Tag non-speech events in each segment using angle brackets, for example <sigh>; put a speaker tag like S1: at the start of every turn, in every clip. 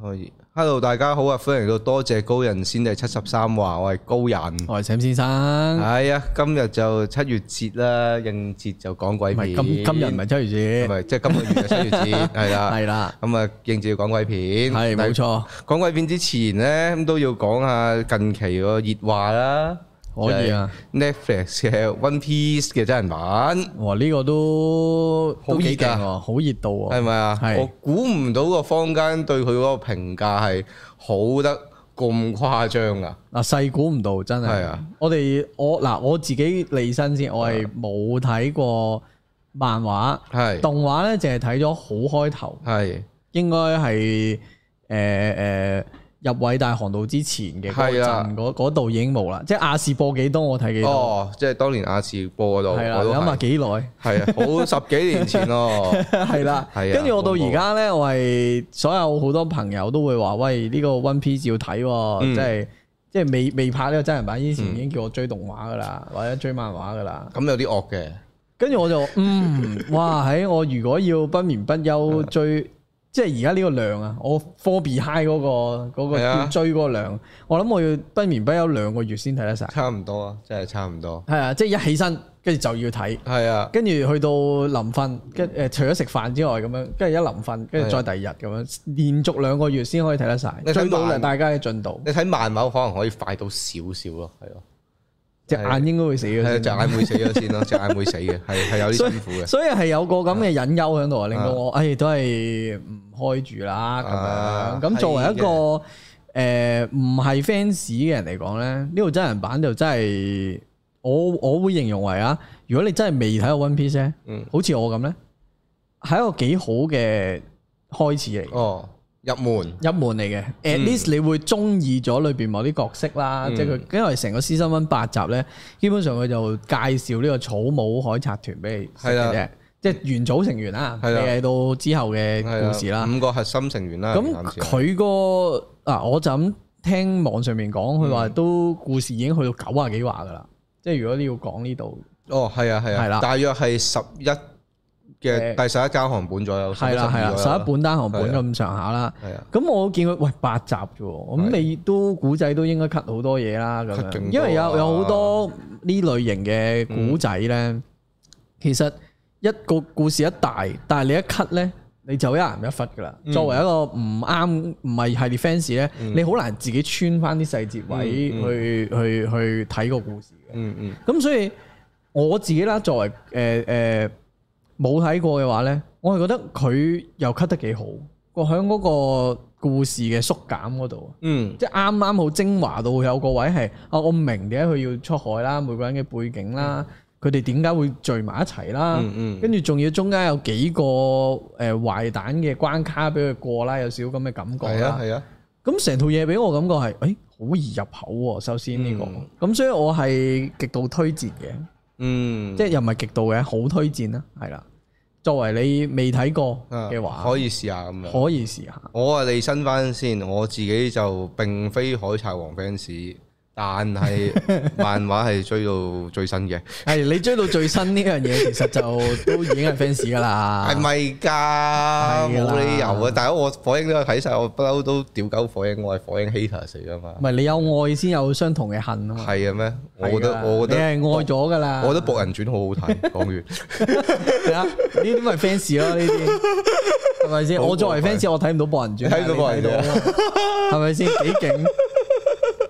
S1: 可以。Hello，大家好啊，歡迎到多謝高人先第七十三話，我係高人。
S2: 我係 Sam 先生，
S1: 係啊，今日就七月節啦，應節就講鬼
S2: 唔
S1: 片。
S2: 係今今日唔係七
S1: 唔
S2: 月節，
S1: 係即係今個月就七月
S2: <laughs>
S1: 節，係啦。
S2: 係啦，
S1: 咁啊，應節要講鬼片。
S2: 係
S1: 但
S2: 冇。錯，
S1: 講鬼片之前呢，咁都要講下近期個熱話啦。
S2: 可以啊。
S1: Netflix 嘅《One Piece》嘅真人版
S2: 哇，呢個都
S1: 好熱㗎啊
S2: 都幾勁喎，好熱度
S1: 係
S2: 喎，
S1: 咪啊？
S2: 係
S1: 我估唔到個坊間對佢嗰個評價係好得咁誇張啊！
S2: 嗱細估唔到真
S1: 係
S2: 係
S1: 啊。
S2: 我哋我嗱我自己利申先，我係冇睇過漫畫，
S1: 係
S2: 動畫咧淨係睇咗好開頭，
S1: 係
S2: 應該係誒誒入偉大航道之前嘅嗰
S1: 係啊
S2: 陣，嗰嗰度已經冇啦。即係亞視播幾多我睇幾多，
S1: 哦，即係當年亞視播嗰度，
S2: 係啦，
S1: 我
S2: 你
S1: 都
S2: 諗下
S1: 係
S2: 幾耐？
S1: 係
S2: <laughs>
S1: 啊，好十幾年前咯，
S2: 係啦，
S1: <laughs> 係啊
S2: 跟住我到
S1: 恐
S2: 而
S1: 怖
S2: 家咧，我係所有好多朋友都會話：喂，呢個 One Piece 要睇喎，
S1: 嗯
S2: 即係即係未未拍呢個真人版之前已經叫我追動畫
S1: <laughs>
S2: 噶啦，或者追漫畫噶啦。
S1: 咁有啲惡嘅，
S2: 跟住我就嗯， <laughs> 哇！喺我如果要不眠不
S1: 啊
S2: 休追，即係而家呢個量啊，我 Four B High 嗰個嗰個
S1: 係啊
S2: 要追嗰個量，我諗我要不眠不休兩個月先睇得晒。
S1: 差唔多啊，真係差唔多。
S2: 係啊，即係一起身跟住就要睇。
S1: 係啊，
S2: 跟住去到臨瞓，跟誒除咗食飯之外咁樣，跟住一臨瞓，跟住再第二日咁樣，連續兩個月先可以睇得晒，
S1: 你睇
S2: 追到
S1: 慢
S2: 大家嘅進度，
S1: 你睇漫畫可能可以快到少少咯，係咯，
S2: 隻眼應該會死嘅
S1: 係啊
S2: 先。
S1: 隻眼會死咗先
S2: <laughs>
S1: 咯，隻眼會死嘅，係係有啲辛苦嘅。
S2: 所以係有個咁嘅隱憂喺度啊，令到我誒都係唔開住啦
S1: 啊
S2: 咁樣。咁作為一個
S1: 係
S2: 誒唔係 fans 嘅人嚟講咧，呢度真人版就真係我我會形容為啊，如果你真係未睇過 One Piece 咧，
S1: 嗯
S2: 好似我咁咧，係一個幾好嘅開始嚟嘅。
S1: 哦，入門
S2: 一門嚟嘅，at least 你會中意咗裏邊某啲角色啦，
S1: 嗯
S2: 即係佢因為成個 season one 八集咧，基本上佢就介紹呢個草帽海賊團俾你識
S1: 係
S2: 嘅
S1: 啦
S2: 啫，即係元祖成員啦，你
S1: 係啦
S2: 係到之後嘅
S1: 係啊嗯
S2: 故事啦。
S1: 五個核心成員啦，
S2: 咁
S1: 啱先
S2: 佢個啊，我就咁聽網上面講，佢
S1: 嗯
S2: 話都故事已經去到九啊幾話噶啦，即係如果你要講呢度，
S1: 哦，係啊，係
S2: 係啦
S1: 啊，大約係十一嘅
S2: 誒
S1: 第十一交行本左右，
S2: 係啦係啦，十一本單行本咁上下啦。
S1: 本，係啊，
S2: 咁我見佢喂八集啫喎，咁
S1: 係
S2: 你都古仔都應該 cut 好多嘢啦，咁
S1: cut 勁多
S2: 樣，
S1: 啊
S2: 因為有有好多呢類型嘅古仔咧，其實一個故事一大，但係你一 cut 咧，你就一人一忽噶啦。
S1: 嗯
S2: 作為一個唔啱唔係系列 fans 咧，你好難自己穿翻啲細節位
S1: 嗯嗯
S2: 去、去去睇個故事嘅。
S1: 嗯嗯，
S2: 咁所以我自己啦，作為誒誒冇睇過嘅話咧，我係覺得佢又 cut 得幾好，個喺嗰個故事嘅縮減嗰度，
S1: 嗯
S2: 即係啱啱好精華到有個位係啊，我唔明點解佢要出海啦，每個人嘅背景啦，佢哋點解會聚埋一齊啦，
S1: 嗯嗯
S2: 跟住仲要中間有幾個誒壞蛋嘅關卡俾佢過啦，有少少咁嘅感覺
S1: 係
S2: 啦
S1: 啊。係啊，
S2: 咁成套嘢俾我感覺係，誒、好易入口喎、首先呢、個，咁、所以我係極度推薦嘅，
S1: 嗯，
S2: 即係又唔係極度嘅，好推薦啦，係啦。作為你未睇過嘅
S1: 啊
S2: 話，
S1: 可以試下咁樣。
S2: 可以試下。
S1: 我啊，利申翻先，我自己就並非海賊王 fans，但係
S2: <laughs>
S1: 漫畫係追到最新嘅，
S2: 係你追到最新呢樣嘢，其實就都已經係 fans 噶啦。
S1: 係咪㗎？
S2: 啊係㗎啦
S1: 冇理由啊！大佬，我火影都有睇晒，我不嬲都屌狗火影，我係火影 hater 嚟㗎嘛
S2: 唔。係你有愛先有相同嘅恨啊嘛。
S1: 係嘅咩？我覺得我覺
S2: 你係啊
S1: 得
S2: 愛咗噶啦。
S1: 我覺得《博人傳》好好睇。講
S2: <laughs>
S1: 完，
S2: 係啊，呢啲咪 fans 咯，呢啲係咪先？
S1: 好
S2: 我作為
S1: 過分
S2: fans，我睇唔到博人傳，
S1: 睇唔到博人傳
S2: 但係你睇到啊係咪先？幾勁！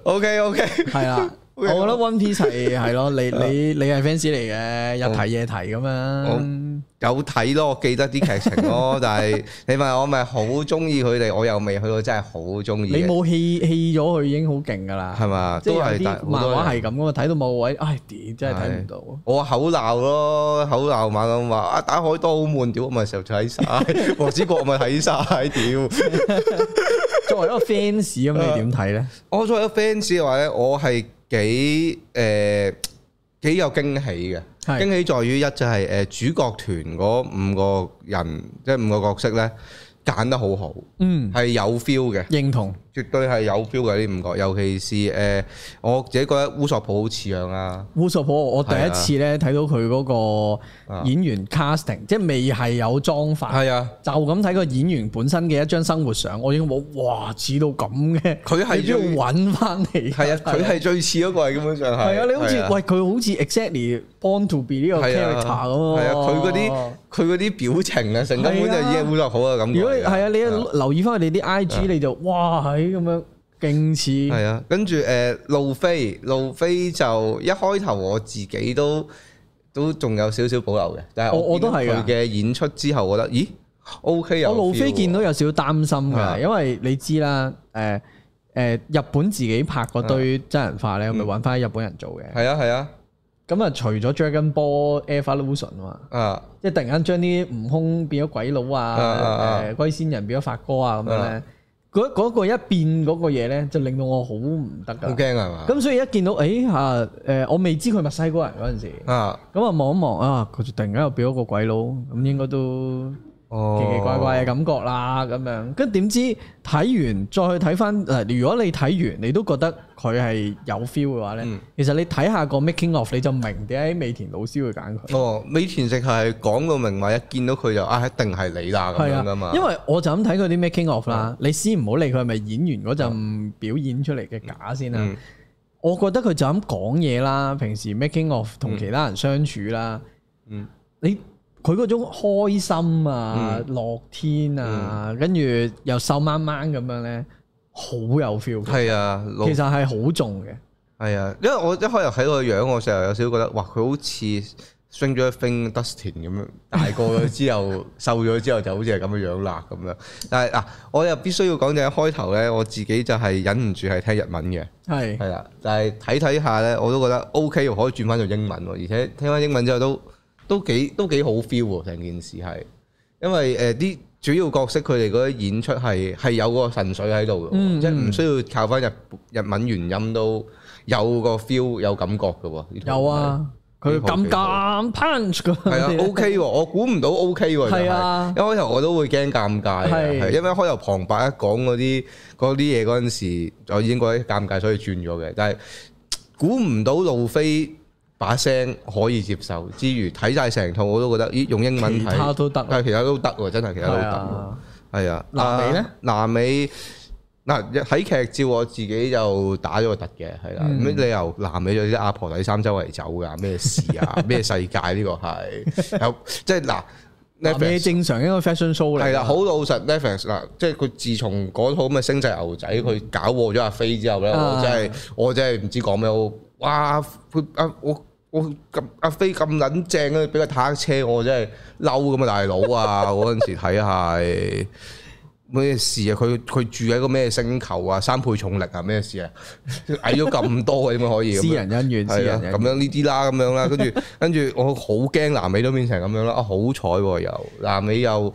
S1: OK OK，
S2: 係
S1: <laughs>
S2: 啦，我覺得 One Piece 係係咯，你
S1: 啊
S2: 你你係 fans 嚟
S1: 嗯
S2: 嘅，日睇夜睇咁樣，
S1: 有睇咯，我記得啲劇情咯，但係你問我咪好中意佢哋，我又未去到真係好中意啊
S2: 你
S1: 嘅。
S2: 冇棄棄咗佢已經好勁噶啦，
S1: 係嘛
S2: 即係
S1: 都
S2: 有
S1: 係但
S2: 啲
S1: 好多
S2: 漫畫係
S1: 人
S2: 咁噶嘛，睇到某個位，唉，點真係睇唔到。
S1: 我口鬧咯，口鬧猛咁話啊打海多好悶，屌我咪成日睇晒，
S2: <laughs>
S1: 黃子國我咪睇晒，屌！
S2: 作為一個 fans 咁，
S1: 啊
S2: 你點睇咧？
S1: 我作為一個 fans 嘅話咧，我係幾誒幾有驚喜嘅。
S2: 係
S1: 驚喜在於一就係誒主角團嗰五個人，即係五個角色咧，揀得好好，
S2: 嗯，
S1: 係有 feel 嘅。
S2: 認同，
S1: 絕對係有 feel 嘅呢五個，尤其是誒、呃我自己覺得烏索普好似樣啊，
S2: 烏索普，我第
S1: 係
S2: 一
S1: 啊
S2: 次咧睇到佢嗰
S1: 啊
S2: 個演員 casting，即係未係有妝法，
S1: 係啊，
S2: 就咁睇個演員本身嘅一張生活相，我已經冇哇似到咁嘅，
S1: 佢係
S2: 你邊度
S1: 最
S2: 揾翻嚟？
S1: 係啊，佢係最似嗰個，基本上係。
S2: 係啊，你好似
S1: 係啊
S2: 喂佢好似 exactly born to be 呢個
S1: 係
S2: character
S1: 啊，係
S2: 咁
S1: 啊，佢嗰啲佢嗰啲表情啊，成根本就已經烏索普嘅感覺嚟㗎。
S2: 如果你係啊，你
S1: 嗯係啊
S2: 一留意翻佢哋啲 I G，你就哇係咁樣勁似，
S1: 係啊，跟住誒路飛，路飛就一開頭我自己都都仲有少少保留嘅，但係
S2: 我我都係
S1: 見到
S2: 㗎
S1: 佢嘅演出之後，我覺得咦 O K 有
S2: 我路飛
S1: feel 喎
S2: 見到有少少擔心
S1: 啊
S2: 㗎，因為你知啦，誒誒日本自己拍嗰
S1: 啊
S2: 堆真人
S1: 嗯
S2: 化咧，咪揾翻日本人做嘅。
S1: 係啊係啊
S2: 咁啊，除咗 Dragon Ball Evolution 啊嘛，
S1: 啊
S2: 即係突然間將啲悟空變咗鬼佬
S1: 啊啊
S2: 啊
S1: 啊，
S2: 誒龜仙人變咗發哥啊咁樣咧
S1: 啊，
S2: 嗰嗰個一變嗰個嘢咧，就令到我好唔得
S1: 好
S2: 㗎。
S1: 驚啊係嘛
S2: 咁所以一見到，誒嚇誒，我未知佢墨西哥人嗰陣時，
S1: 啊
S2: 咁啊望一望啊，佢就突然間又變咗個鬼佬，咁應該都
S1: 哦
S2: 奇奇怪怪啊嘅感覺啦咁樣。跟住點知睇完再去睇翻誒，如果你睇完你都覺得佢係有 feel 嘅話咧，
S1: 嗯
S2: 其實你睇下個 making of 你就明點解美田老師會揀佢。
S1: 哦，美田直係講到明話，一見到佢就啊，一定係你啦咁
S2: 係
S1: 樣噶嘛啊
S2: 啊，。因為我就咁睇佢啲 making of 啦，你先唔好理佢係咪演員嗰陣表演出嚟嘅假先啦。
S1: 嗯
S2: 我覺得佢就咁講嘢啦，平時 making of 同其他人相處啦，
S1: 嗯，
S2: 你佢嗰種開心啊、樂天啊，跟住又瘦掹掹咁樣咧，好有 feel 嘅。
S1: 係啊，老
S2: 其實係好重嘅，
S1: 係啊，因為我一開頭睇個樣，我成日有少少覺得，哇，佢好似 Stranger Things Dustin 咁
S2: <laughs>
S1: 樣，大個咗之後瘦咗之後就好似係咁嘅樣啦咁樣。但係嗱、我又必須要講就係一開頭咧，我自己就係忍唔住係聽日文嘅，
S2: 係
S1: 係啦，但係睇睇下咧，我都覺得 OK，可以轉翻做英文喎，而且聽翻英文之後都都幾都幾好 feel 喎，成件事係，因為誒啲、主要角色佢哋嗰啲演出係係有個神髓喺度嘅喎，
S2: 嗯
S1: 即係唔需要靠翻日日文原音都有個 feel 有感覺嘅喎。呢套
S2: 有啊，佢
S1: 幾好
S2: 咁
S1: 幾好
S2: 咁 punch 㗎。 <laughs>
S1: 係啊，OK 喎，我估唔到 OK 喎，
S2: 係啊
S1: 就係一開頭我都會驚尷尬嘅，啊
S2: 係
S1: 係因為一開頭旁白一講嗰啲嗰啲嘢嗰陣時，我已經覺得尷尬，所以轉咗嘅。但係估唔到路飛把聲可以接受之餘，睇晒成套我都覺得，咦，用英文
S2: 其他
S1: 睇，
S2: 都得啊。
S1: 但係其他都得喎，真係其他都
S2: 係
S1: 得
S2: 啊，
S1: 喎，係啊。
S2: 南美呢
S1: 啊？南美。嗱睇劇照我自己就打咗個突嘅，係
S2: 嗯
S1: 啦，咩理由南美有啲阿婆底衫周圍走㗎？咩事啊？
S2: <laughs>
S1: 咩世界呢個係有即係嗱
S2: 南美
S1: Netflix
S2: 正常應該 fashion show 嚟㗎。
S1: 係啦，好老實 Netflix 嗱，即係佢自從嗰套咁嘅星際牛仔，佢搞禍咗阿飛之後咧，
S2: 啊
S1: 我真係我真係唔知講咩好。哇！佢啊我我咁阿飛咁撚正啊，俾個坦克車我真係嬲咁啊大佬啊！嗰陣時睇係咩事啊？佢佢住喺個咩星球啊？三倍重力啊？咩事啊？ <laughs> 矮咗咁多嘅點解可以咁樣？
S2: 私人恩怨，私
S1: 係啊
S2: 人，恩
S1: 咁
S2: 怨。
S1: 樣呢啲啦，咁
S2: <laughs>
S1: 樣啦，跟住跟住我好驚南美都變成咁樣啦，啊好彩喎又南美又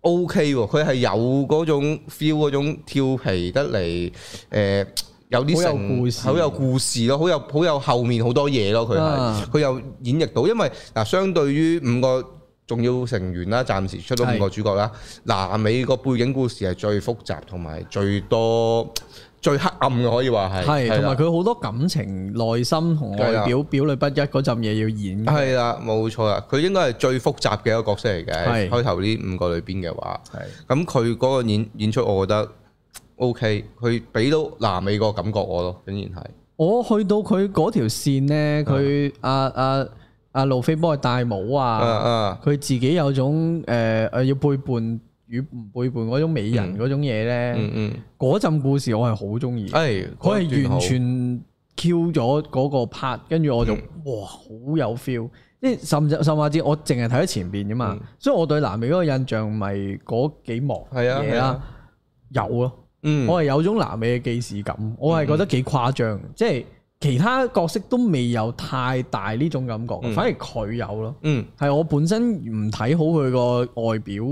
S1: O K 喎，佢係有嗰種 feel 嗰種調皮得嚟，誒、有啲
S2: 好有
S1: 成
S2: 故事
S1: 好有故事咯，好有好有後面好多嘢咯，佢
S2: 啊
S1: 係佢又演繹到，因為嗱相對於五個。重要成員啦，暫時出到五個主角啦。南美個背景故事係最複雜同埋最多最黑暗嘅，可以話係。
S2: 係，同
S1: 啦
S2: 埋佢好多感情、內心同
S1: 係
S2: 外
S1: 啦
S2: 表表裏不一嗰陣嘢要演。
S1: 係啦，冇錯啦，佢應該係最複雜嘅一個角色嚟
S2: 係
S1: 嘅。開頭呢五個裏邊嘅話，
S2: 係
S1: 咁佢嗰個演演出，我覺得 O K，佢俾到南美個感覺我咯，竟然係
S2: 我去到佢嗰條線咧，佢阿阿阿路飛幫佢戴帽
S1: 啊
S2: 啊，
S1: 啊，
S2: 佢自己有種誒誒要背叛與唔背叛嗰種美人嗰種嘢咧
S1: 嗯，嗯，
S2: 嗰陣故事我係好中意，
S1: 誒，
S2: 佢
S1: 嗰一
S2: 係
S1: 段好
S2: 完全 Q 咗嗰個 part，跟住我
S1: 嗯
S2: 就哇好有 feel，即係甚至甚至我淨係睇咗前邊啫
S1: 嗯
S2: 嘛，所以我對南美嗰個印象咪嗰幾幕
S1: 係啊
S2: 嘢
S1: 係
S2: 啦
S1: 啊，
S2: 有咯。
S1: 嗯
S2: 我係有種南美嘅既視感，我係覺得幾誇張，
S1: 嗯
S2: 即係其他角色都未有太大呢種感覺，
S1: 嗯
S2: 反而佢有咯。
S1: 嗯
S2: 係我本身唔睇好佢個外表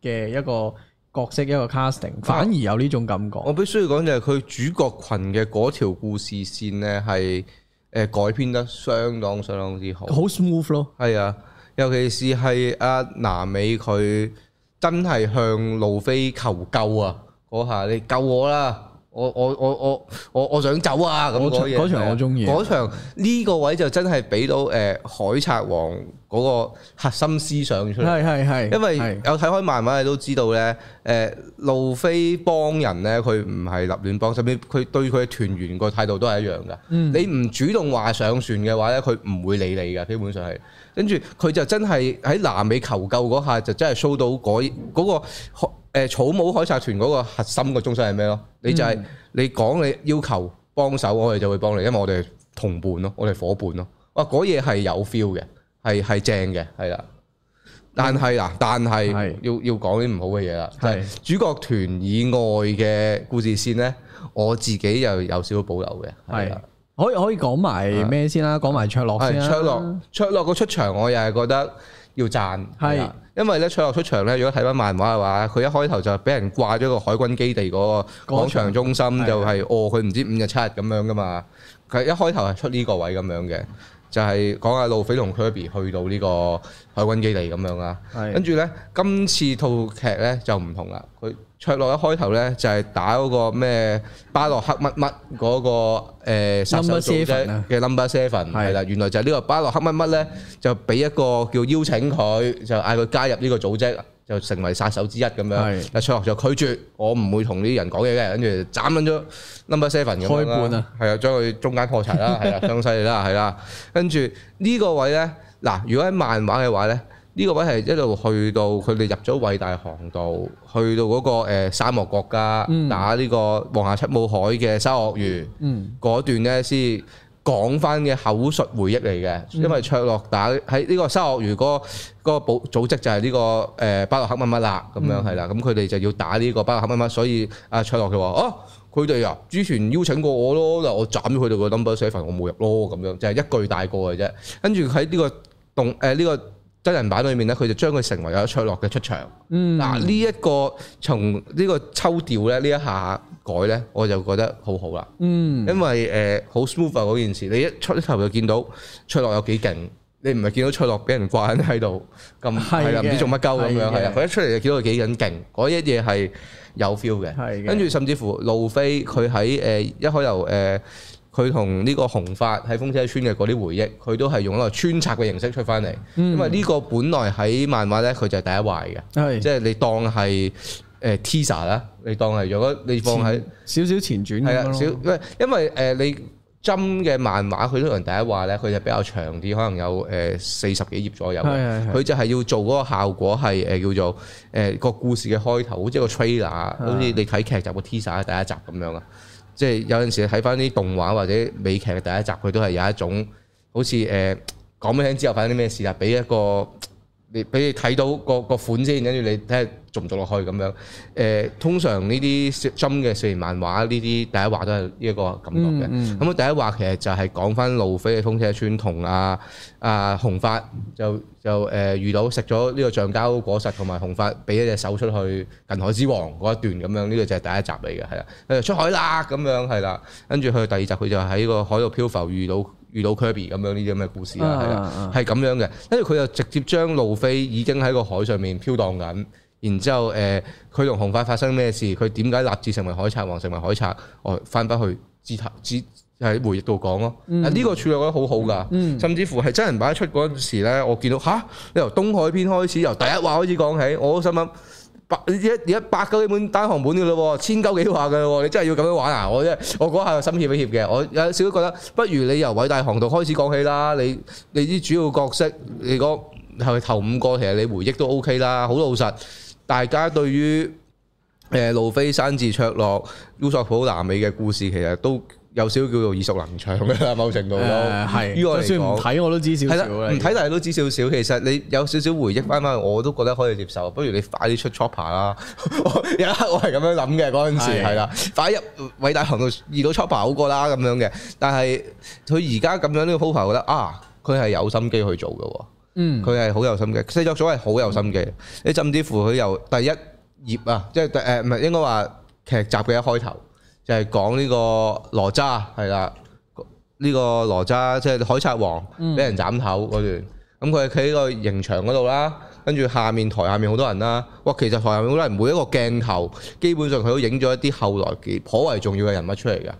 S2: 嘅一個角色一個 casting，反
S1: 啊
S2: 而有呢種感覺。
S1: 我必須要講就係佢主角群嘅嗰條故事線咧，係誒改編得相當相當之好。啊
S2: 好 smooth 咯，
S1: 係啊，尤其是係阿南美佢真係向路飛求救啊！嗰下你救我啦！我我我我我我想走啊！咁
S2: 嗰
S1: 嗰
S2: 場
S1: 嘢
S2: 嗰場我鍾意
S1: 嗰場呢個位就真係俾到誒、呃海賊王嗰個核心思想出嚟。
S2: 係係係，
S1: 因為
S2: 係
S1: 有睇開漫畫，你都知道咧，誒、路飛幫人咧，佢唔係立亂幫，甚至佢對佢嘅團員個態度都係一樣嘅。你唔主動話上船嘅話咧，佢唔會理你嘅，基本上係。跟住佢就真係喺南美求救嗰下，就真係 show 到嗰、嗰個海誒草帽海賊團嗰個核心個中心係咩咯？你就係、你講你要求幫手，我哋就會幫你，因為我哋係同伴咯，我哋係伙伴咯。哇！嗰嘢係有 feel 嘅，係係正嘅，係啦。但係嗱，但係
S2: 係
S1: 要要講啲唔好嘅嘢啦，就係
S2: 係
S1: 主角團以外嘅故事線咧，我自己又有少少保留嘅，係
S2: 係
S1: 啦。
S2: 可以可以講埋咩先啦，講埋卓洛先
S1: 係
S2: 啦。
S1: 卓洛，卓洛個出場我又係覺得要讚，
S2: 係
S1: 啦因為咧卓洛出場咧，如果睇翻漫畫嘅話，佢一開頭就俾人掛咗個海軍基地嗰個廣場中心，
S2: 嗰場
S1: 就係哦佢唔知五日七日咁樣噶嘛，佢一開頭係出呢個位咁樣嘅，就係講阿路飛同 Kirby 去到呢個海軍基地咁樣啦。跟
S2: 係
S1: 住咧，今次套劇咧就唔同啦。佢卓落一開頭咧就係打嗰個咩巴洛克乜乜嗰個誒殺手
S2: Number
S1: 組
S2: Seven 啊
S1: 織嘅 number seven 係啦，原來就係呢個巴洛克乜乜咧就俾一個叫邀請佢，就嗌佢加入呢個組織，就成為殺手之一咁樣
S2: 係。
S1: 但卓落就拒絕，我唔會同呢啲人講嘢嘅，跟住斬撚咗 number seven 咁樣啦
S2: 開半啊！
S1: 係啊，將佢中間破柴啦，係啦，傷犀利啦，係啦。跟住呢個位咧，嗱，如果喺漫畫嘅話咧，呢、個位係一路去到佢哋入咗偉大航道，去到嗰、個、呃、沙漠國家、
S2: 嗯
S1: 打呢個黃下七武海嘅沙鱷魚
S2: 嗯
S1: 嗰、段咧，先講翻嘅口述回憶嚟嘅，因為卓洛打喺呢個沙鱷魚嗰、個保組織就係呢、個誒、呃巴洛克乜乜啦，咁樣係啦，咁佢哋就要打呢個巴洛克乜乜，所以阿卓洛佢話哦。佢哋啊，之前邀請過我咯，嗱我斬咗佢哋個 number seven，我冇入咯，咁樣就係、一句大個嘅啫。跟住喺呢個呃動誒呢、個真人版裏面咧，佢就將佢成為咗卓洛嘅出場。
S2: 嗯，
S1: 嗱呢一個從呢個抽調咧，呢一下改咧，我就覺得好好啦。
S2: 嗯
S1: 因為誒好 smooth 啊嗰件事，你一出頭就見到翠樂有幾勁，你唔係見到翠樂俾人掛喺度咁
S2: 係嘅
S1: 係啦，唔知做乜鳩咁樣
S2: 係嘅
S1: 係啊，佢一出嚟就見到佢幾緊勁，嗰一嘢係有 feel 嘅。
S2: 係嘅
S1: 跟住甚至乎路飛佢喺誒一開頭誒，佢同呢個紅發喺風車村嘅嗰啲回憶，佢都係用一個穿插嘅形式出翻嚟，
S2: 嗯
S1: 因為呢個本來喺漫畫咧佢就係第一壞嘅，
S2: 係
S1: 即係你當係誒 teaser 啦，你當係如果你放喺。
S2: 少少前轉
S1: 係
S2: 咁樣
S1: 啊，
S2: 咯
S1: 少因為因為誒、呃你針嘅漫畫，佢通常第一話咧，佢就比較長啲，可能有誒四十幾頁左右嘅。
S2: 係係係
S1: 佢就係要做嗰個效果係誒、呃叫做誒、呃、個故事嘅開頭，好似一個 trailer，好似啊
S2: 啊
S1: 你睇劇集個 teaser 第一集咁樣啊。即係有陣時睇翻啲動畫或者美劇嘅第一集，佢都係有一種好似誒、呃、講俾你聽之後發生啲咩事啊，俾一個你俾你睇到個個款先，跟住你睇下做唔做落去咁樣。誒、通常呢啲針嘅少年漫畫呢啲第一話都係呢一個感覺嘅。咁、
S2: 嗯
S1: 第一話其實就係講翻路飛嘅風車村同阿阿啊紅發就就誒、呃遇到食咗呢個橡膠果實同埋紅發俾一隻手出去近海之王嗰一段咁樣，呢、個就係第一集嚟嘅，係啦，佢就出海啦咁樣係啦，跟住去到第二集佢就喺個海度漂浮遇到遇到 Kirby 咁樣呢啲咁嘅故事啦，係啦、
S2: 啊啊啊
S1: 係咁樣嘅。跟住佢就直接將路飛已經喺個海上面飄蕩緊，然之後誒，佢同紅發發生咩事？佢點解立志成為海賊王，成為海賊？我翻返去自頭自喺回憶度講咯。啊呢個處理我覺得好好㗎，甚至乎係真人版出嗰陣時咧，我見到吓，你由東海篇開始，由第一話開始講起，我都心諗。百一一百九幾本單行本嘅咯喎，千九幾話嘅咯喎，你真係要咁樣玩啊！我真係我嗰下心怯一怯嘅，我有少少覺得，不如你由偉大航道開始講起啦。你你啲主要角色，你嗰係咪頭五個其實你回憶都 OK 啦，好老實。大家對於誒路飛、山治、卓洛、烏索普、南美嘅故事，其實都有少少叫做耳熟能詳嘅啦，某程度都。
S2: 誒係，
S1: 於我
S2: 就
S1: 嚟
S2: 算唔
S1: 講。
S2: 睇我都知少
S1: 係
S2: 少
S1: 啦，
S2: 啦
S1: 唔睇但係都知少少。其實你有少少回憶翻翻，我都覺得可以接受。不如你快啲出 Chopper 啦！ <laughs> 我有一刻我係咁樣諗嘅嗰陣時，
S2: 係
S1: 係啦，快入偉大航道遇到 Chopper 好過啦咁樣嘅。但係佢而家咁樣呢個 p o p e r 覺得啊，佢係有心機去做嘅喎。
S2: 嗯，
S1: 佢係好有心機，製作組係好有心機。你甚至乎佢由第一頁啊，即係誒唔係應該話劇集嘅一開頭，就係講呢個羅渣係啦，呢、個羅渣即係海賊王俾人斬頭嗰段。咁佢喺個刑場嗰度啦，跟住下面台下面好多人啦。哇，其實台下面好多人，每一個鏡頭基本上佢都影咗一啲後來幾頗為重要嘅人物出嚟嘅。誒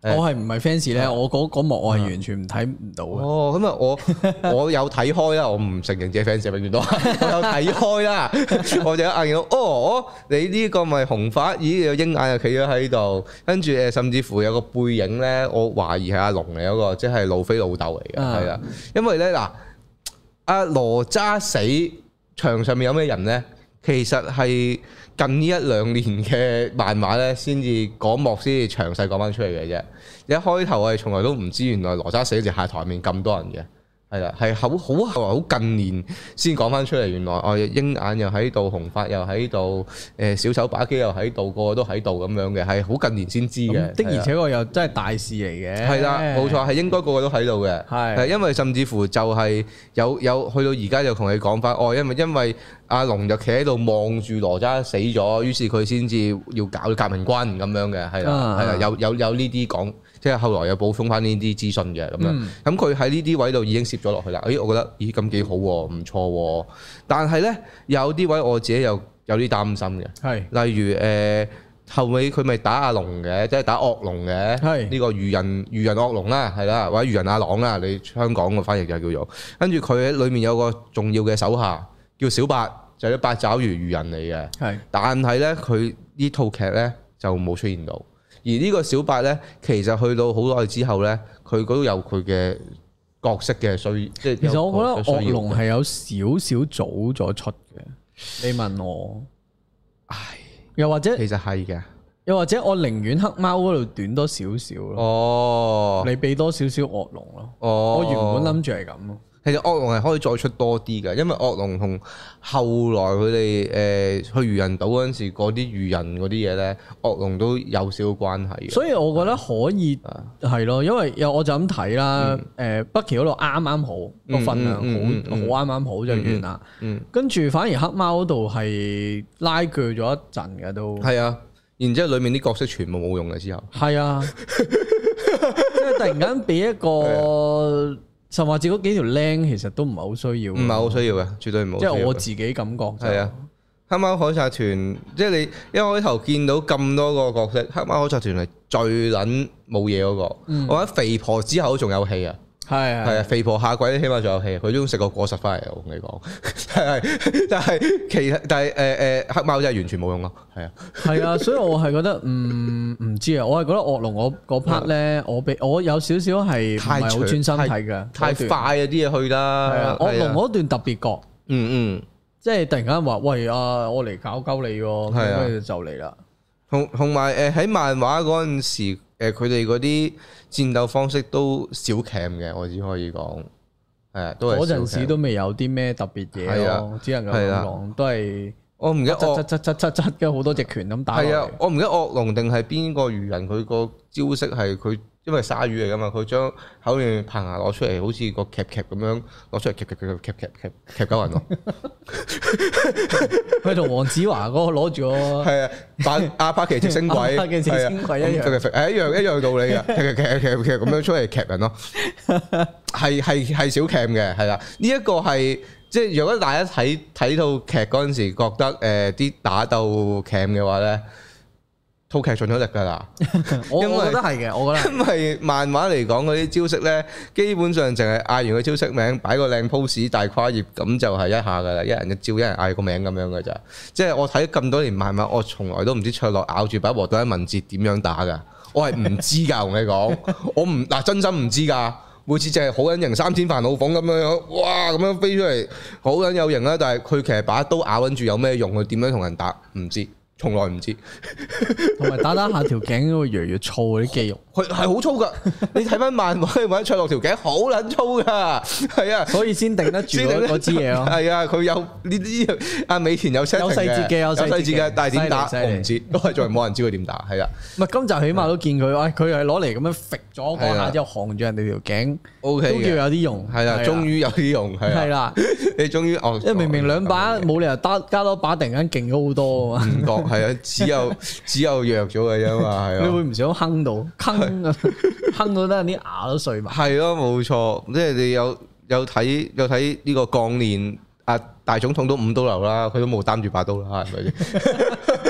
S2: 嗯
S1: 啊
S2: 我係唔係 fans 咧？我嗰嗰幕我係完全唔睇唔到嘅。
S1: 哦，咁啊，
S2: <laughs>
S1: 我我有睇開啦，我唔承認自己 fans 永遠都係，我有睇開啦，我就一眼見到，哦，你呢個咪紅髮，咦，有鷹眼就企咗喺度，跟住誒，甚至乎有個背影咧，我懷疑係阿龍嚟嗰個，即係路飛老豆嚟嘅，
S2: 啊
S1: 係啦，因為咧嗱，阿羅渣死場上面有咩人咧？其實係近呢一兩年嘅漫畫咧，先至嗰幕先至詳細講翻出嚟嘅啫。一開頭我哋從來都唔知，原來羅渣死嗰隻蟹台面咁多人嘅，係啦，係好好後來好近年先講翻出嚟。原來哦，鷹眼又喺度，紅髮又喺度，誒、小手把機又喺度，個個都喺度咁樣嘅，係好近年先知嘅。
S2: 咁
S1: 係
S2: 的而
S1: 啊
S2: 且確又真係大事嚟嘅。
S1: 係啦，冇錯，係應該個個都喺度嘅。
S2: 係
S1: 係因為甚至乎就係有有去到而家就同你講翻，哦，因為因為阿龍就企喺度望住羅渣死咗，於是佢先至要搞革命軍咁樣嘅，係啦
S2: 啊，
S1: 係啦，有有有呢啲講，即係後來又補充翻呢啲資訊嘅咁
S2: 嗯
S1: 樣。咁佢喺呢啲位度已經攝咗落去啦。咦，我覺得咦咁幾好喎，唔錯喎。但係呢，有啲位我自己又有啲擔心嘅。
S2: 係
S1: 例如誒、呃、後尾佢咪打阿龍嘅，即係打惡龍嘅，
S2: 係
S1: 呢個魚人魚人惡龍啦，係啦，或者魚人阿朗啦，你香港嘅翻譯就叫做。跟住佢喺裏面有個重要嘅手下叫小八，就係、啲八爪魚魚人嚟嘅。
S2: 係
S1: 但係呢，佢呢套劇呢就冇出現到。而呢個小白呢，其實去到好耐之後呢，佢嗰度有佢嘅角色嘅需，即係
S2: 其實
S1: 有
S2: 我覺得
S1: 佢嘅需
S2: 惡
S1: 要
S2: 龍係有少少早咗出嘅。你問我，
S1: 唉，
S2: 又或者
S1: 其實係嘅。
S2: 又或者我寧願黑貓嗰度短多少少咯，
S1: 哦，
S2: 你俾多少少惡龍咯。
S1: 哦，
S2: 我原本諗住係咁咯。
S1: 其實惡龍係可以再出多啲嘅，因為惡龍同後來佢哋誒呃去漁人島嗰陣時，嗰啲漁人嗰啲嘢咧，惡龍都有少少關係嘅。啊
S2: 所以我覺得可以係咯，因為又我就咁睇啦。誒北奇嗰度啱啱好個份量
S1: 嗯嗯嗯嗯
S2: 好好啱啱好就完啦。
S1: 嗯，
S2: 跟住反而黑貓嗰度係拉鋸咗一陣嘅都
S1: 係啊，然之後裡面啲角色全部冇用嘅之後，
S2: 係
S1: <laughs>
S2: 啊，即係突然間俾一個甚或至嗰幾條僆其實都唔係好需要，
S1: 啊唔係好需要嘅，絕對唔好需
S2: 即
S1: 要嘅。
S2: 係我自己感覺就
S1: 係啊，黑貓海賊團，即係你一開頭見到咁多個角色，黑貓海賊團係最撚冇嘢嗰個。
S2: 嗯
S1: 我覺得肥婆之後仲有戲啊！
S2: 係
S1: 係
S2: 係
S1: 啊，肥婆下跪起碼仲有氣，佢都食過果實翻嚟，我同你講。 <laughs> 但係但係其但係誒誒黑貓真係完全冇用咯，係啊，
S2: 係啊，所以我係覺得嗯唔知啊，我係覺得惡龍我嗰 part 咧，我俾我有少少係唔
S1: 啊太
S2: 係好
S1: 長
S2: 專心睇嘅，
S1: 太
S2: 嗰
S1: 快
S2: 段
S1: 啊啲嘢去啦。
S2: 係啊，惡
S1: 係
S2: 龍嗰段特別覺，
S1: 嗯嗯，
S2: 即係突然間話喂啊，我嚟搞鳩你喎，
S1: 係啊
S2: 跟住就嚟啦，
S1: 同同埋誒喺漫畫嗰陣時，誒佢哋嗰啲戰鬥方式都少鉗嘅，我只可以講係啊，都係
S2: 嗰
S1: 少
S2: 陣時
S1: 鉗
S2: 都未有啲咩特別嘢
S1: 係
S2: 咯
S1: 啊，
S2: 只能夠
S1: 係
S2: 咁
S1: 啊
S2: 講，都係
S1: 我唔記得
S2: 窒
S1: 我
S2: 窒窒窒窒窒跟好多隻拳咁打落
S1: 係啊
S2: 嚟，，
S1: 我唔記得惡龍定係邊個魚人，佢個招式係佢因為鯊魚嚟噶嘛，佢將口面棚牙攞出嚟，好似個夾夾咁樣攞出嚟夾夾夾夾夾夾夾鳩人咯。
S2: <laughs> 佢同黃子華嗰個
S1: <laughs>
S2: 攞住個
S1: 係啊，扮阿
S2: <laughs>
S1: 帕奇直升鬼，
S2: 阿帕奇直升鬼一樣
S1: 係啊係一樣一樣道理嘅，夾夾夾夾咁樣出嚟夾人
S2: <laughs>
S1: 咯，係係係小夾嘅，係啦，呢一個係。即係如果大家睇睇套劇嗰陣時，覺得誒啲、打鬥劇嘅話咧，套劇盡咗力㗎啦。
S2: 我
S1: 因為
S2: 我覺得係嘅，我覺
S1: <laughs>
S2: 得
S1: 因為漫畫嚟講嗰啲招式呢，基本上淨係嗌完個招式名，擺個靚 pose 大跨頁咁就係一下噶啦，一人一招，一人嗌個名咁樣噶咋。即係我睇咁多年漫畫，我從來都唔知卓落咬住把和到一文字點樣打噶，我係唔知㗎，同你講，我唔嗱真心唔知㗎。每次淨係好撚型三千煩惱鳳咁樣樣，哇咁樣飛出嚟，好撚有型啦！啊但係佢其實把刀咬緊住有咩用？佢點樣同人打？唔知，從來唔知。
S2: 同埋打打下條頸都會越嚟越粗嗰啲肌肉，
S1: 佢係好粗
S2: <laughs>
S1: 噶，你睇翻漫畫，你揾卓落條頸好撚粗噶，係啊，
S2: 所以先定得住
S1: 知道
S2: 嗰
S1: 咧
S2: 嗰支嘢咯。
S1: 係啊，佢有呢啲阿美田有 setting
S2: 細節嘅有
S1: 有
S2: 細節嘅
S1: 細節嘅，但係點打
S2: 犀利犀利
S1: 我唔知，都係仲係冇人知佢點打，
S2: <laughs>
S1: 係啦。
S2: 唔係今集起碼都見佢，喂佢係攞嚟咁樣揈咗嗰
S1: 係
S2: 下
S1: 啦
S2: 之後，行住人哋條頸，
S1: O
S2: 都
S1: K
S2: 叫
S1: 嘅，
S2: 有啲用。
S1: 係啦，終於有啲用，係啦，
S2: 係啦，
S1: 你終於哦，
S2: 因為明明兩把冇理由加加多把，突然間勁咗好多啊嘛，
S1: 唔覺係啊，只
S2: <laughs>
S1: 有只有弱咗嘅啫嘛，係
S2: 你
S1: 啊。
S2: 會唔想坑到坑啊，坑到得人啲牙都碎埋。 <laughs>
S1: 係咯，冇錯，即係你有有睇有睇呢個鋼鍊啊大總統都五刀流啦，佢都冇擔住把刀啦，係咪先？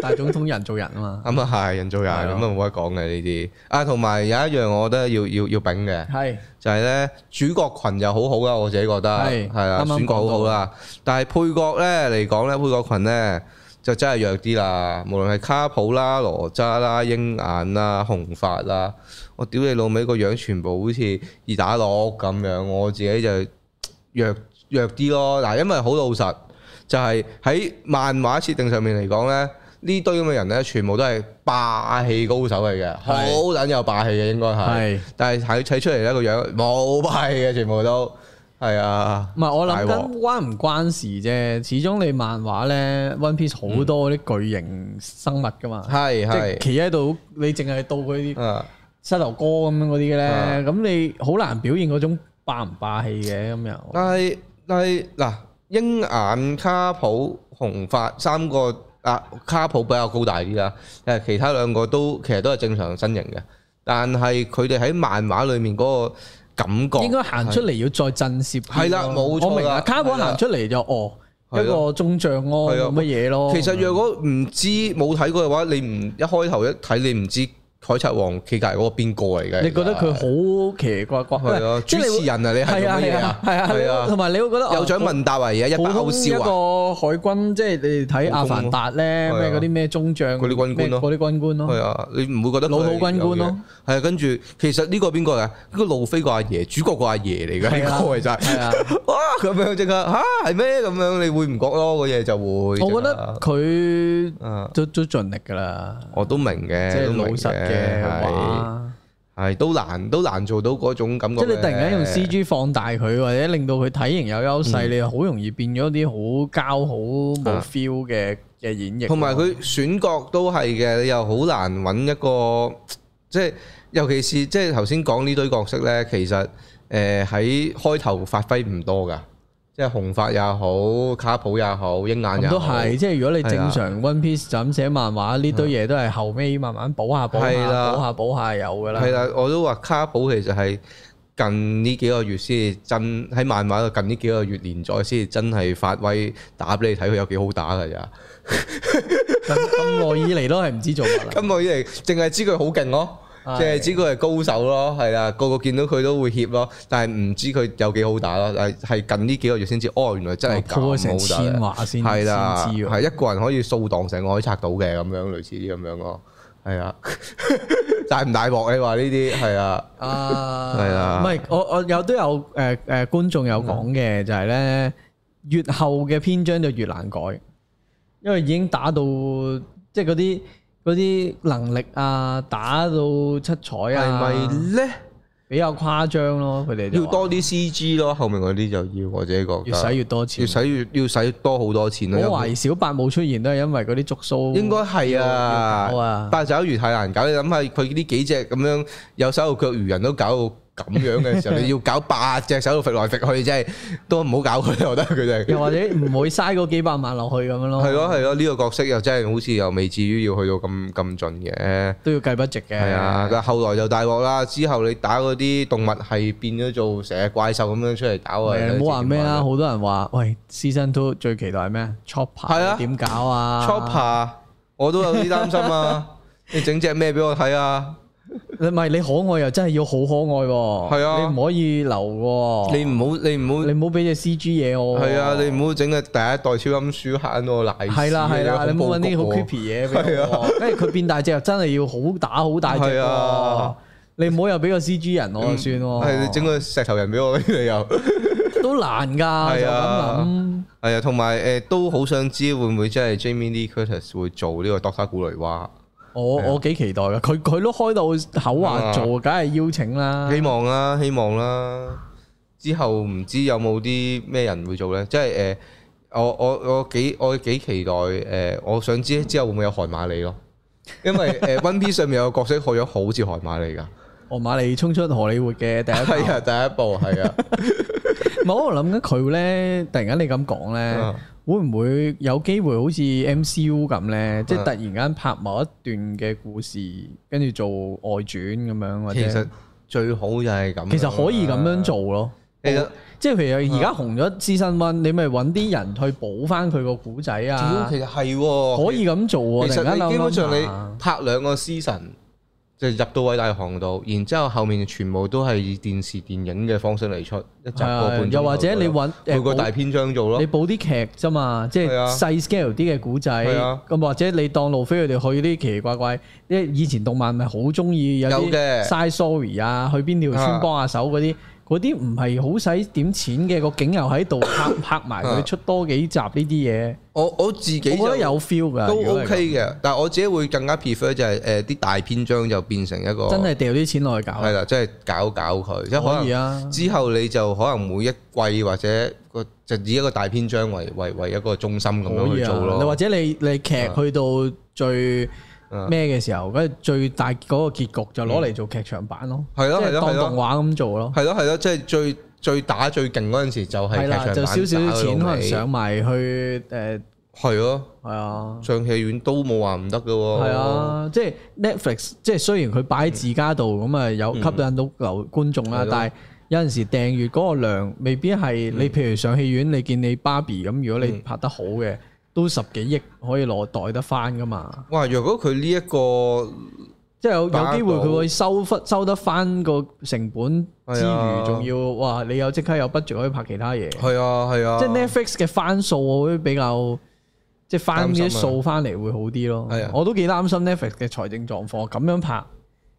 S2: 大總統人做人啊嘛，
S1: 咁啊係人做人，
S2: 係
S1: 咁
S2: 啊
S1: 啊冇得講嘅呢啲。啊，同埋有一樣我覺得要要要炳嘅，
S2: 係
S1: 就係咧主角群就好好啦，我自己覺得
S2: 係
S1: 係啊，
S2: 啱啱
S1: 選角好好啦。但係配角咧嚟講咧，配角群咧就真係弱啲啦。無論係卡普啦、羅渣啦、鷹眼啦、紅髮啦，我屌你老味個樣全部好似二打六咁樣，我自己就弱弱啲咯。嗱，因為好老實，就係喺漫畫設定上面嚟講咧。呢堆咁嘅人咧，全部都係霸氣高手嚟嘅，好撚有霸氣嘅應該係。
S2: 係。
S1: 但係睇睇出嚟咧個樣冇派嘅，全部都係啊
S2: 唔。係我諗
S1: 大鑊
S2: 緊關唔關事啫，始終你漫畫咧《One Piece》好多嗰啲巨型生物噶嘛，
S1: 嗯係
S2: 即係
S1: 係
S2: 企喺度，你淨係到佢啲
S1: 啊，
S2: 膝頭哥咁樣嗰啲嘅
S1: 啊
S2: 咧，咁你好難表現嗰種霸唔霸氣嘅咁樣。
S1: 但係但係嗱，鷹眼、卡普、紅髮三個啊，卡普比較高大啲啦，誒其他兩個都其實都係正常身形嘅，但係佢哋喺漫畫裡面嗰個感覺
S2: 應該行出嚟要再震攝啲咯。
S1: 係啦冇錯啦
S2: 我明
S1: 係啦
S2: 啦。卡普行出嚟就哦，
S1: 係
S2: 一
S1: 咯
S2: 個中將咯，
S1: 係啊
S2: 冇乜嘢咯。
S1: 其實若果唔知冇睇過嘅話，你唔一開頭一睇你唔知海賊王企隔離嗰個邊個嚟嘅？
S2: 你覺得佢好奇怪怪，
S1: 係啊
S2: 喂
S1: 主
S2: 即係你
S1: 持
S2: 會
S1: 人啊？你係
S2: 係
S1: 做
S2: 啊
S1: 乜
S2: 係
S1: 嘢
S2: 啊
S1: 啊？
S2: 係啊係啊，同埋你會覺得
S1: <laughs> 有獎
S2: 哦
S1: 問答為嘢，一
S2: 普
S1: 百
S2: 通
S1: 歐
S2: 一
S1: 笑啊！
S2: 個海軍，即係你哋睇《阿凡達》咧，
S1: 普通咯
S2: 咩
S1: 係啊
S2: 嗰啲咩中將
S1: 嗰啲軍官咯
S2: 咩嗰啲軍官
S1: 係
S2: 咯，
S1: 啊，你唔會覺得
S2: 老
S1: 佢
S2: 土
S1: 係
S2: 軍官咯，
S1: 有嘢？係啊，跟住其實呢個邊個啊？呢個路飛個阿爺，主角個阿爺嚟嘅
S2: 係
S1: 呢
S2: 啊
S1: 個其實
S2: 係啊。
S1: <laughs> 哇咁樣即刻吓係咩咁樣？你會唔覺咯？嗰嘢就會。
S2: 我覺得佢
S1: 得啊，
S2: 都都盡力㗎啦，
S1: 我都明嘅，
S2: 即係
S1: 都
S2: 老
S1: 明
S2: 實嘅
S1: 係
S2: 話，
S1: 係都難都難做到嗰種感覺
S2: 即
S1: 嘅。
S2: 係你突然間
S1: 啊
S2: 用 C G 放大佢，或者令到佢體型有優勢，你好容易變咗啲好膠好冇
S1: 嗯啊
S2: feel 嘅嘅演繹。
S1: 同埋佢選角都係嘅，你又好難揾一個即係，尤其是即係頭先講呢堆角色呢，其實誒喺、開頭發揮唔多噶，即係紅髮也好，卡普也好，鷹眼
S2: 咁
S1: 也
S2: 都
S1: 好，
S2: 係，即係如果你
S1: 係啊
S2: 正常 One Piece 就咁寫漫畫，呢堆嘢都係後尾慢慢補下補下
S1: 係啦
S2: 補下補下有㗎啦。
S1: 係啦，我都話卡普其實係近呢幾個月先至真喺漫畫嘅近呢幾個月連載先至真係發威打俾你睇，佢有幾好打㗎咋。
S2: 咁咁耐以嚟都係唔知做乜啦。
S1: 咁我以嚟淨係知佢好勁咯，
S2: 啊係
S1: <laughs> 淨係知佢係高手咯，係啦，個個見到佢都會怯咯，但係唔知佢有幾好打咯，但係係近呢幾個月先知，哦，原來真係咁
S2: 鋪咗成千
S1: 好
S2: 話先
S1: 打嘅，係
S2: 先知
S1: 啦，
S2: 喎。
S1: 係一個人可以掃蕩成個海賊島嘅咁樣，類似啲咁樣咯，係啊， <laughs> 大唔大鑊你話呢啲係啊，
S2: 啊，
S1: 係啊
S2: 唔係我我有都有誒誒觀眾有講嘅，就係咧越後嘅篇章就越難改，因為已經打到即係嗰啲嗰啲能力啊，打到七彩
S1: 係
S2: 啊，
S1: 咪咧？
S2: 比較誇張咯。佢哋就
S1: 要
S2: 話
S1: 多啲 CG 咯，後面嗰啲就要我自己覺
S2: 越
S1: 得
S2: 使，越多錢
S1: 要。使越要使多好多錢咯，因為
S2: 我懷疑小白冇出現都係因為嗰啲觸鬚
S1: 應該係啊
S2: 要搞啊，
S1: 八爪魚太難搞，你諗下佢呢幾隻咁樣有手有腳魚人都搞到咁樣嘅
S2: <laughs>
S1: 時候，你要搞八隻手度揈來揈去，真係都唔好搞佢，我覺得
S2: <laughs>
S1: 佢哋
S2: 又或者唔會嘥嗰幾百萬落去咁樣咯。
S1: 係咯係咯，呢個角色又真係好似又未至於要去到咁咁盡嘅。
S2: 都要計不值嘅。
S1: 係啊，但係後來就大鑊啦。之後你打嗰啲動物係變咗做成日怪獸咁樣出嚟搞啊！
S2: 誒，唔好話咩啦，好多人話，喂，Season Two 最期待係咩？Chopper
S1: 係啊
S2: 點搞啊
S1: ，Chopper 我都有啲擔心
S2: <laughs>
S1: 啊！你整隻咩俾我睇啊？
S2: 你唔係你可愛又真係要好可愛喎，
S1: 係啊
S2: 你唔可以留喎，
S1: 你唔好你唔好
S2: 你唔好俾只 C G 嘢我喎，
S1: 係啊，你唔好整個第一代超音鼠嚇我賴屎。啊
S2: 係啦係啦，你唔好揾啲好
S1: 恐怖谷
S2: creepy 嘢俾我喎，跟住佢變大隻又真係要好打好大隻
S1: 啊係
S2: 喎
S1: 啊，
S2: 你唔好又俾個 C G 人我就算
S1: 喎。係你整
S2: 喎，
S1: 個石頭人俾我，你又
S2: 都難㗎，
S1: 係
S2: 就咁嗯
S1: 啊
S2: 諗，
S1: 係啊，同埋誒都好想知會唔會真係 Jamie Lee Curtis 會做呢個 Doctor 古雷娃？
S2: 我
S1: 啊
S2: 我幾期待㗎，佢佢都開到口話做，梗係邀請啦，
S1: 希望啦，希望啦。之後唔知有冇啲咩人會做咧？即係誒，我我我幾我幾期待誒，我想知之後會唔會有韓馬利咯？因為誒 One Piece 上面有個角色學咗好似韓馬利
S2: <laughs>
S1: 㗎，
S2: 我馬利衝出荷里活嘅第一集
S1: 係啊，第一部係啊。
S2: 唔係，我諗緊佢咧，突然間你咁講咧
S1: 嗯，
S2: 會唔會有機會好似 MCU 咁咧，
S1: 啊
S2: 即係突然間拍某一段嘅故事，跟住做外傳咁樣，或者
S1: 其實最好就係咁樣啦。啊
S2: 其實可以咁樣做咯，
S1: 其實啊
S2: 即係譬如而家紅咗《資深温》，你咪揾啲人去補翻佢個古仔
S1: 屌
S2: 啊，
S1: 其實係喎，
S2: 可以咁做喎。
S1: 其實
S2: 突然間
S1: 你基本
S2: 諗
S1: 上
S2: 諗
S1: 你
S2: 下
S1: 拍兩個 season 就入到偉大航道，然之後後面全部都係以電視電影嘅方式嚟出一集個
S2: 係啊
S1: 半鐘頭
S2: 又或者你揾
S1: 每個
S2: 誒
S1: 大篇章做咯
S2: 你，補啲劇啫嘛，即係
S1: 係啊
S2: 細 scale 啲嘅古仔。
S1: 係啊
S2: 咁或者你當路飛佢哋去啲奇奇怪怪，因為以前動漫咪好中意有
S1: 有嘅
S2: 啲 side story 啊，去邊條村
S1: 啊
S2: 幫下手嗰啲，嗰啲唔係好使點錢嘅，個景又喺度
S1: <coughs>
S2: 拍拍埋佢
S1: 啊
S2: 出多幾集呢啲
S1: 我我自己
S2: 嘢，我覺
S1: 就
S2: 得有 feel 㗎。
S1: 都
S2: 如果係咁
S1: OK 嘅，但係我自己會更加 prefer 就係誒啲大篇章就變成一個
S2: 真係掉啲錢落去搞。啊
S1: 係啦，即係搞搞佢，即係可
S2: 可
S1: 能
S2: 以。啊，
S1: 之後你就可能每一季或者個就以一個大篇章為為為一個中心咁樣
S2: 可以
S1: 去
S2: 啊
S1: 做。咯。啊
S2: 你或者你你劇去到最
S1: 嗯
S2: 咩嘅時候，跟住最大嗰個結局就攞嚟做劇場版咯，
S1: 嗯係咯
S2: 即
S1: 係
S2: 係
S1: 咯
S2: 當
S1: 係咯
S2: 動畫咁做咯。
S1: 係咯係咯，即係最最打最勁嗰陣時就係
S2: 係啦，
S1: 劇場
S2: 就
S1: 版
S2: 少少
S1: 打到
S2: 錢可能
S1: 尾
S2: 上埋去誒，
S1: 係咯，
S2: 係啊。
S1: 上戲院都冇話唔得嘅喎。
S2: 係，啊，即係 Netflix，即係雖然佢擺喺自家度咁啊，有吸引到流觀眾啦
S1: 嗯係，咯嗯
S2: 但係有陣時訂閱嗰個量未必係你，譬如上戲院你見你芭比咁，如果你拍得好嘅，都十幾億可以攞袋得翻噶嘛，
S1: 哇！若果佢呢一個
S2: 即係有
S1: 打
S2: 有
S1: 到
S2: 機會佢會收忽收得翻個成本之
S1: 係啊
S2: 餘，仲要哇你有即刻有 budget 可以拍其他嘢，
S1: 係啊係啊，
S2: 即係 Netflix 嘅翻數會比較，即係翻
S1: 擔
S2: 啲
S1: 心啊
S2: 數翻嚟會好啲咯
S1: 係啊。
S2: 我都幾擔心 Netflix 嘅財政狀況咁樣拍。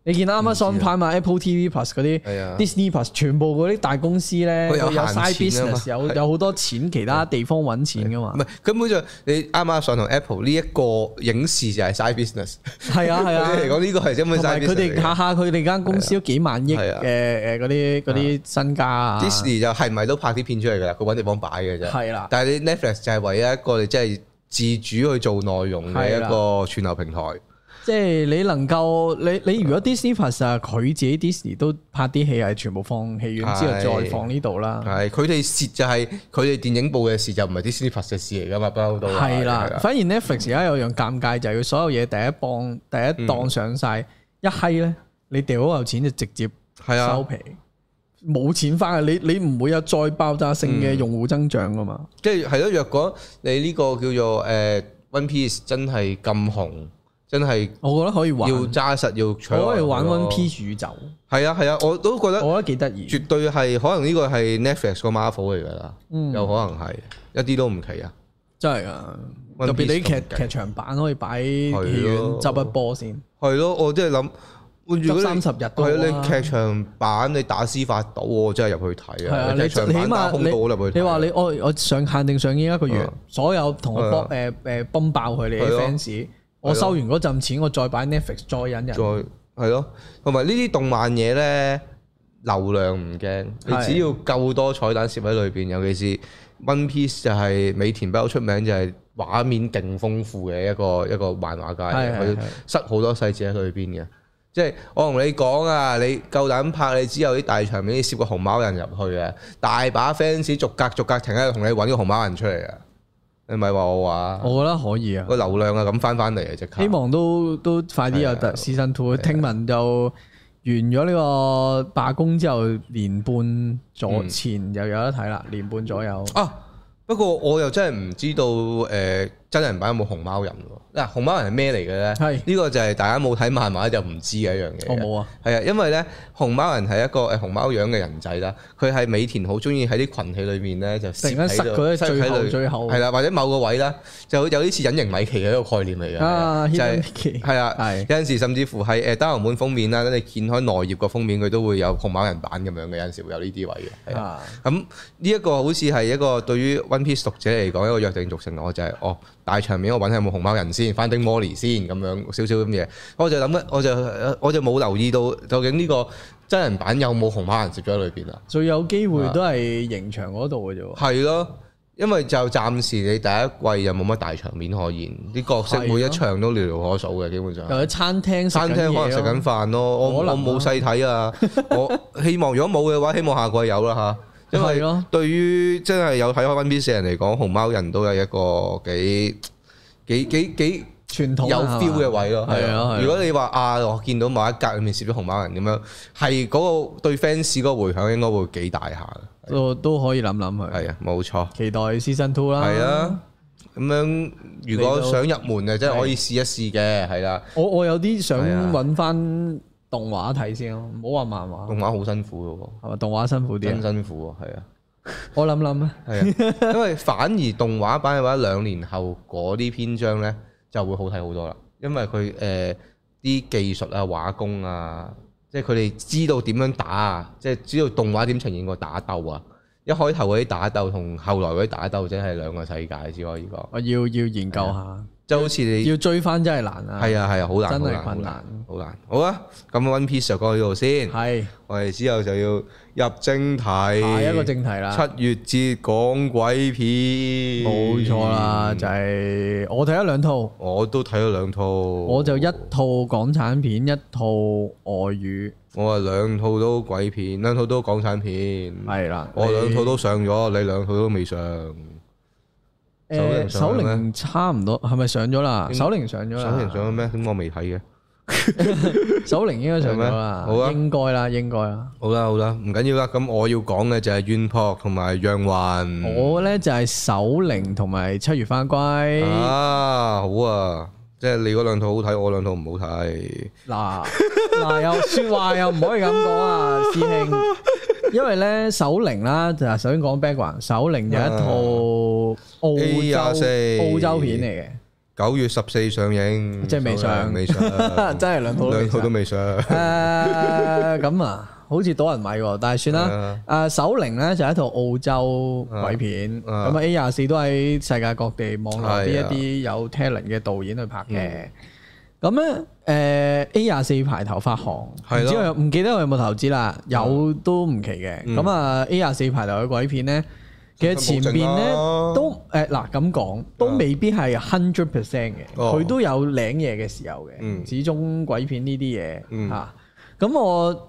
S2: 你見 Amazon Prime 啊、Apple TV Plus 嗰啲
S1: 係啊
S2: ，Disney Plus 全部嗰啲大公司咧，
S1: 佢
S2: 佢
S1: 有
S2: 有
S1: 閒
S2: side
S1: 錢啊嘛
S2: business，有有好多錢其他地方揾錢噶嘛
S1: 唔。係根本就你啱啱上同 Apple 呢一個影視就係 side business。
S2: 係
S1: <laughs>
S2: 啊係啊
S1: 對你。嚟講呢個係根本
S2: 同
S1: side
S2: 埋
S1: business 嚟
S2: 佢哋
S1: 嘅
S2: 下下佢哋間公司都幾萬億
S1: 係啊
S2: 嘅誒嗰啲嗰啲身家啊。
S1: Disney 就係咪都拍啲片出嚟㗎啦？佢揾地方擺嘅啫。
S2: 係啦
S1: 但係你 Netflix 就係唯一一個你真係自主去做內容嘅
S2: 係
S1: 一
S2: 啦
S1: 個串流平台。
S2: 即係你能夠你你如果 Disney Plus 啊，佢自己 Disney 都拍啲戲係全部放戲院之後
S1: 係
S2: 再放呢度啦，
S1: 係佢哋蝕就係佢哋電影部嘅事，就唔係 Disney Plus 嘅事嚟㗎嘛，不嬲都係啊
S2: 係啦。反而 Netflix 而家有樣尷尬就係佢所有嘢第一磅
S1: 嗯
S2: 第一檔上晒，一閪咧你掉嗰嚿錢就直接
S1: 係啊
S2: 收皮，冇錢翻嘅，你你唔會有再爆炸性
S1: 嗯
S2: 嘅用戶增長噶嘛？
S1: 即係係咯，若果你呢個叫做誒、呃 One Piece 真係咁紅，真係
S2: 我覺得可以
S1: 要
S2: 玩，我
S1: 揸實要搶。啊
S2: 可以玩 One Piece 宇宙，
S1: 係啊係啊，我都覺得
S2: 我覺得幾得意。
S1: 絕對係可能呢個係 Netflix 個 Marvel 嚟㗎啦，
S2: 嗯
S1: 有可能係一啲都唔奇啊。
S2: 真係啊！
S1: One
S2: 特別你
S1: Piece
S2: 劇
S1: 咁勁
S2: 劇場版可以擺戲院
S1: 係咯
S2: 執一波先。
S1: 係咯，我真係諗，如果你
S2: 執30日都好啊
S1: 係啊你劇場版你打司法島，我真係入去睇
S2: 係啊，
S1: 啊！
S2: 你
S1: 劇
S2: 起
S1: 場版打
S2: 碼
S1: 空島我入去
S2: 你
S1: 睇
S2: 你
S1: 啊。
S2: 話你我我上限定上映一個月
S1: 嗯，
S2: 所有同我幫誒誒崩爆佢哋
S1: 係
S2: 嘅
S1: 啊
S2: fans，我收完嗰陣錢，我再擺 Netflix 再引人。
S1: 再係咯，同埋呢啲動漫嘢咧，流量唔驚，你
S2: 係
S1: 只要夠多彩蛋攝喺裏邊，尤其是 One Piece 就係美田比較出名，就係畫面勁豐富嘅一個一個漫畫家嚟，
S2: 係係
S1: 佢
S2: 係
S1: 塞好多細節喺裏邊嘅。即係我同你講啊，你夠膽拍你只有啲大場面，你攝個熊貓人入去嘅，大把 fans 逐格逐格停喺度同你揾個熊貓人出嚟嘅，啊你咪話我話
S2: 我覺得可以啊，
S1: 個流量啊咁翻翻嚟啊即刻
S2: 希。望都都快啲有
S1: 係
S2: 特
S1: 啊
S2: season two。聽聞就完咗呢個罷工之後，年半左
S1: 嗯
S2: 前又有得睇啦，年半左右。
S1: 啊，不過我又真係唔知道誒、呃真人版有冇熊貓人喎。嗱、熊貓人係咩嚟嘅咧？
S2: 係
S1: 呢個就係大家冇睇漫畫就唔知嘅一樣嘢。
S2: 我冇啊，
S1: 係啊，因為咧熊貓人係一個誒熊貓樣嘅人仔啦，佢係美田好中意喺啲群體裏面咧就
S2: 突然間塞
S1: 攝喺
S2: 佢
S1: 度
S2: 喺最後
S1: 塞喺裏
S2: 最後
S1: 係啦，或者某個位啦，就有啲似隱形米奇嘅一個概念嚟嘅，
S2: 啊
S1: 就係
S2: Hidden Mickey
S1: 係啊，
S2: 係
S1: 有陣時甚至乎係誒單行本封面啦，跟住掀開內頁個封面，佢都會有熊貓人版咁樣嘅，有陣時會有呢啲位嘅。係啊
S2: 啊
S1: 咁呢一個好似係一個對於 One Piece 讀者嚟講一個約定俗成，我就係、哦大場面我揾下有冇熊貓人先，翻丁摩利先咁樣少少咁嘢，我就諗緊，我就我就冇留意到究竟呢個真人版有冇熊貓人攝咗喺裏邊啊？
S2: 最有機會都係刑場嗰度嘅啫喎。
S1: 係咯，因為就暫時你第一季又冇乜大場面可言，啲角色
S2: 係咯
S1: 每一場都寥寥可數嘅，基本上。
S2: 又喺餐廳食
S1: 啊餐
S2: 緊
S1: 廳可能食
S2: 嘢咯
S1: 緊。飯咯，我
S2: 可能
S1: 我
S2: 啊
S1: 冇細睇啊，
S2: <laughs>
S1: 我希望如果冇嘅話，希望下季有啦嚇，因
S2: 係
S1: 為
S2: 咯
S1: 對於真係有睇開 One Piece 嘅人嚟講，熊貓人都有一個幾幾幾幾
S2: 傳統啊
S1: 有
S2: 係嘛
S1: feel 嘅位咯，係
S2: 係啊係
S1: 啊
S2: 啊。
S1: 如果你話啊，我見到某一格裏面攝咗紅馬人咁樣，係嗰個對 fans 嗰個回響應該會幾大下嘅。
S2: 都都可以諗諗佢。
S1: 係啊，冇錯，
S2: 期待 Season Two 啦。
S1: 係，啊。咁樣如果想入門嘅，真係可以試一試嘅，係啦。
S2: 我我有啲想
S1: 係啊
S2: 揾翻動畫睇先咯，唔好話漫畫，
S1: 動畫好辛苦
S2: 係咪動畫辛苦
S1: 嘅喎，真
S2: 啊啲啊？
S1: 辛苦喎，係啊。
S2: 我諗諗啊，
S1: 係啊，
S2: <laughs>
S1: 因為反而動畫版嘅話，兩年後嗰啲篇章咧就會好睇好多啦，因為佢誒啲技術啊、畫工啊，即係佢哋知道點樣打啊，即係知道動畫點呈現個打鬥啊。一開頭嗰啲打鬥同後來嗰啲打鬥真係兩個世界，只可以講，
S2: 我要要研究下，
S1: 就好似你
S2: 要追翻真係難啊。
S1: 啊係啊係啊，好難
S2: 真
S1: 好
S2: 係
S1: 難
S2: 困
S1: 好
S2: 難
S1: 難好難。好啊，咁 One Piece 就講到呢度先，
S2: 係
S1: 我哋之後就要入正題，
S2: 下一個正題啦，
S1: 七月節講鬼片，
S2: 冇錯啦，就係我睇咗兩套，
S1: 我都睇咗兩套，
S2: 我
S1: 我
S2: 就一套港產片，一套外語，
S1: 我係兩套都鬼片，兩套都港產片，
S2: 係啦。
S1: 嗯我
S2: 你
S1: 兩套都上咗，你兩套都未上，手鈴上咗
S2: 誒手
S1: 咩
S2: 鈴差唔多，係咪上咗啦？
S1: 應
S2: 手鈴上咗
S1: 上
S2: 啦
S1: 完，上咗咩？咁我未睇嘅。
S2: 手鈴應該上咗
S1: 係咩好
S2: 啦，
S1: 啊
S2: 應該啦，應該啦。
S1: 好啦好啦，唔緊要啦。咁我要講嘅就係冤魄同埋讓魂。
S2: 我咧就係手鈴同埋七月返歸
S1: 啊，好啊，即係你嗰兩套好睇，我兩套唔好睇。
S2: 嗱嗱又说話又唔可以咁講
S1: <laughs>
S2: 啊，師兄，因為咧手鈴啦就係首先講 background，手鈴就
S1: 啊
S2: 係一套澳洲
S1: A24
S2: 澳洲片嚟
S1: 九月十四上映，
S2: 即係未上 <laughs>
S1: 未上，
S2: 嘅，真係兩套都未
S1: 啊兩
S2: 上
S1: 套都未上。
S2: 誒咁啊，好似多人買喎，但係算
S1: 係
S2: 啦
S1: 啊。
S2: 誒手鈴咧就係一套澳洲鬼片，咁
S1: 啊
S2: 啊 A 廿四都喺世界各地網絡啲
S1: 係啊嗯
S2: 一啲有 talent 嘅導演去拍嘅。咁咧誒 A 廿四排頭發行，唔
S1: 係咯嗯
S2: 知佢有唔記得佢有冇投資啦，有都唔奇嘅。咁啊 A 廿四排頭嘅鬼片咧，其實前邊咧
S1: 信心保證啦
S2: 都誒嗱咁講，都未必係 hundred percent 嘅，
S1: 啊哦
S2: 佢都有領嘢嘅時候嘅。
S1: 嗯
S2: 始終鬼片呢啲嘢嚇。
S1: 嗯
S2: 咁、我誒、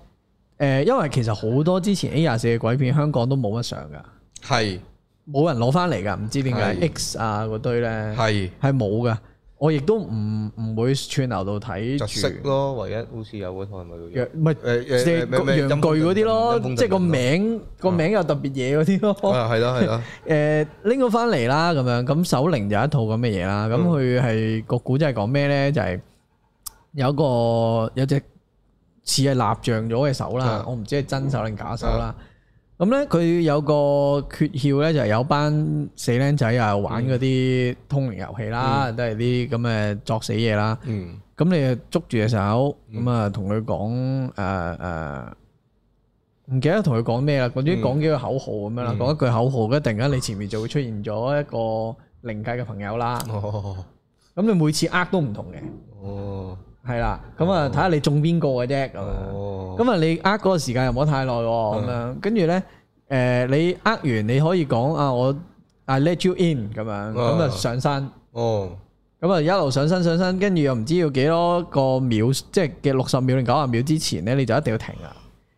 S2: 呃因為其實好多之前 A 廿四嘅鬼片香港都冇乜上㗎，
S1: 係
S2: 冇人攞翻嚟㗎，唔知點解
S1: 係
S2: X 啊嗰堆咧
S1: 係
S2: 係冇㗎。我亦都唔唔會串流度睇
S1: 窒息
S2: 住，
S1: 咯，唯一好似有嗰套係咪叫
S2: 若唔係
S1: 誒
S2: 即係
S1: 咩咩
S2: 陽具嗰啲咯
S1: 陰公，
S2: 即係個
S1: 陣啊陣
S2: 名個名有特別嘢嗰啲咯。
S1: 啊，係啦係啦，
S2: 誒呃拎咗翻嚟啦，咁樣咁手靈就一套咁嘅嘢啦。咁佢係個古仔係講咩咧？就係、有個有隻似係蠟像咗嘅手啦，
S1: 嗯
S2: 我唔知係真手定假手啦。咁咧佢有個缺竅咧，就係有班死僆仔啊玩嗰啲通靈遊戲啦，都係啲咁嘅作死嘢啦。
S1: 嗯
S2: 咁你就捉住隻手，咁啊同佢講誒誒，唔記得同佢講咩啦，總之講幾個口號咁樣啦，
S1: 嗯
S2: 講一句口號，跟住突然間你前面就會出現咗一個靈界嘅朋友啦。
S1: 哦
S2: 咁你每次呃都唔同嘅，
S1: 哦
S2: 係啦，咁啊睇下你中邊個嘅啫咁樣。
S1: 哦，
S2: 咁啊，你呃嗰個時間又唔好太耐喎，咁樣跟住咧，誒你呃完你可以講啊，我 I let you in 咁樣，咁啊上山。
S1: 哦
S2: 咁啊，一路上身上身，跟住又唔知要幾多個秒，即係嘅六十秒定九十秒之前咧，你就一定要停啦，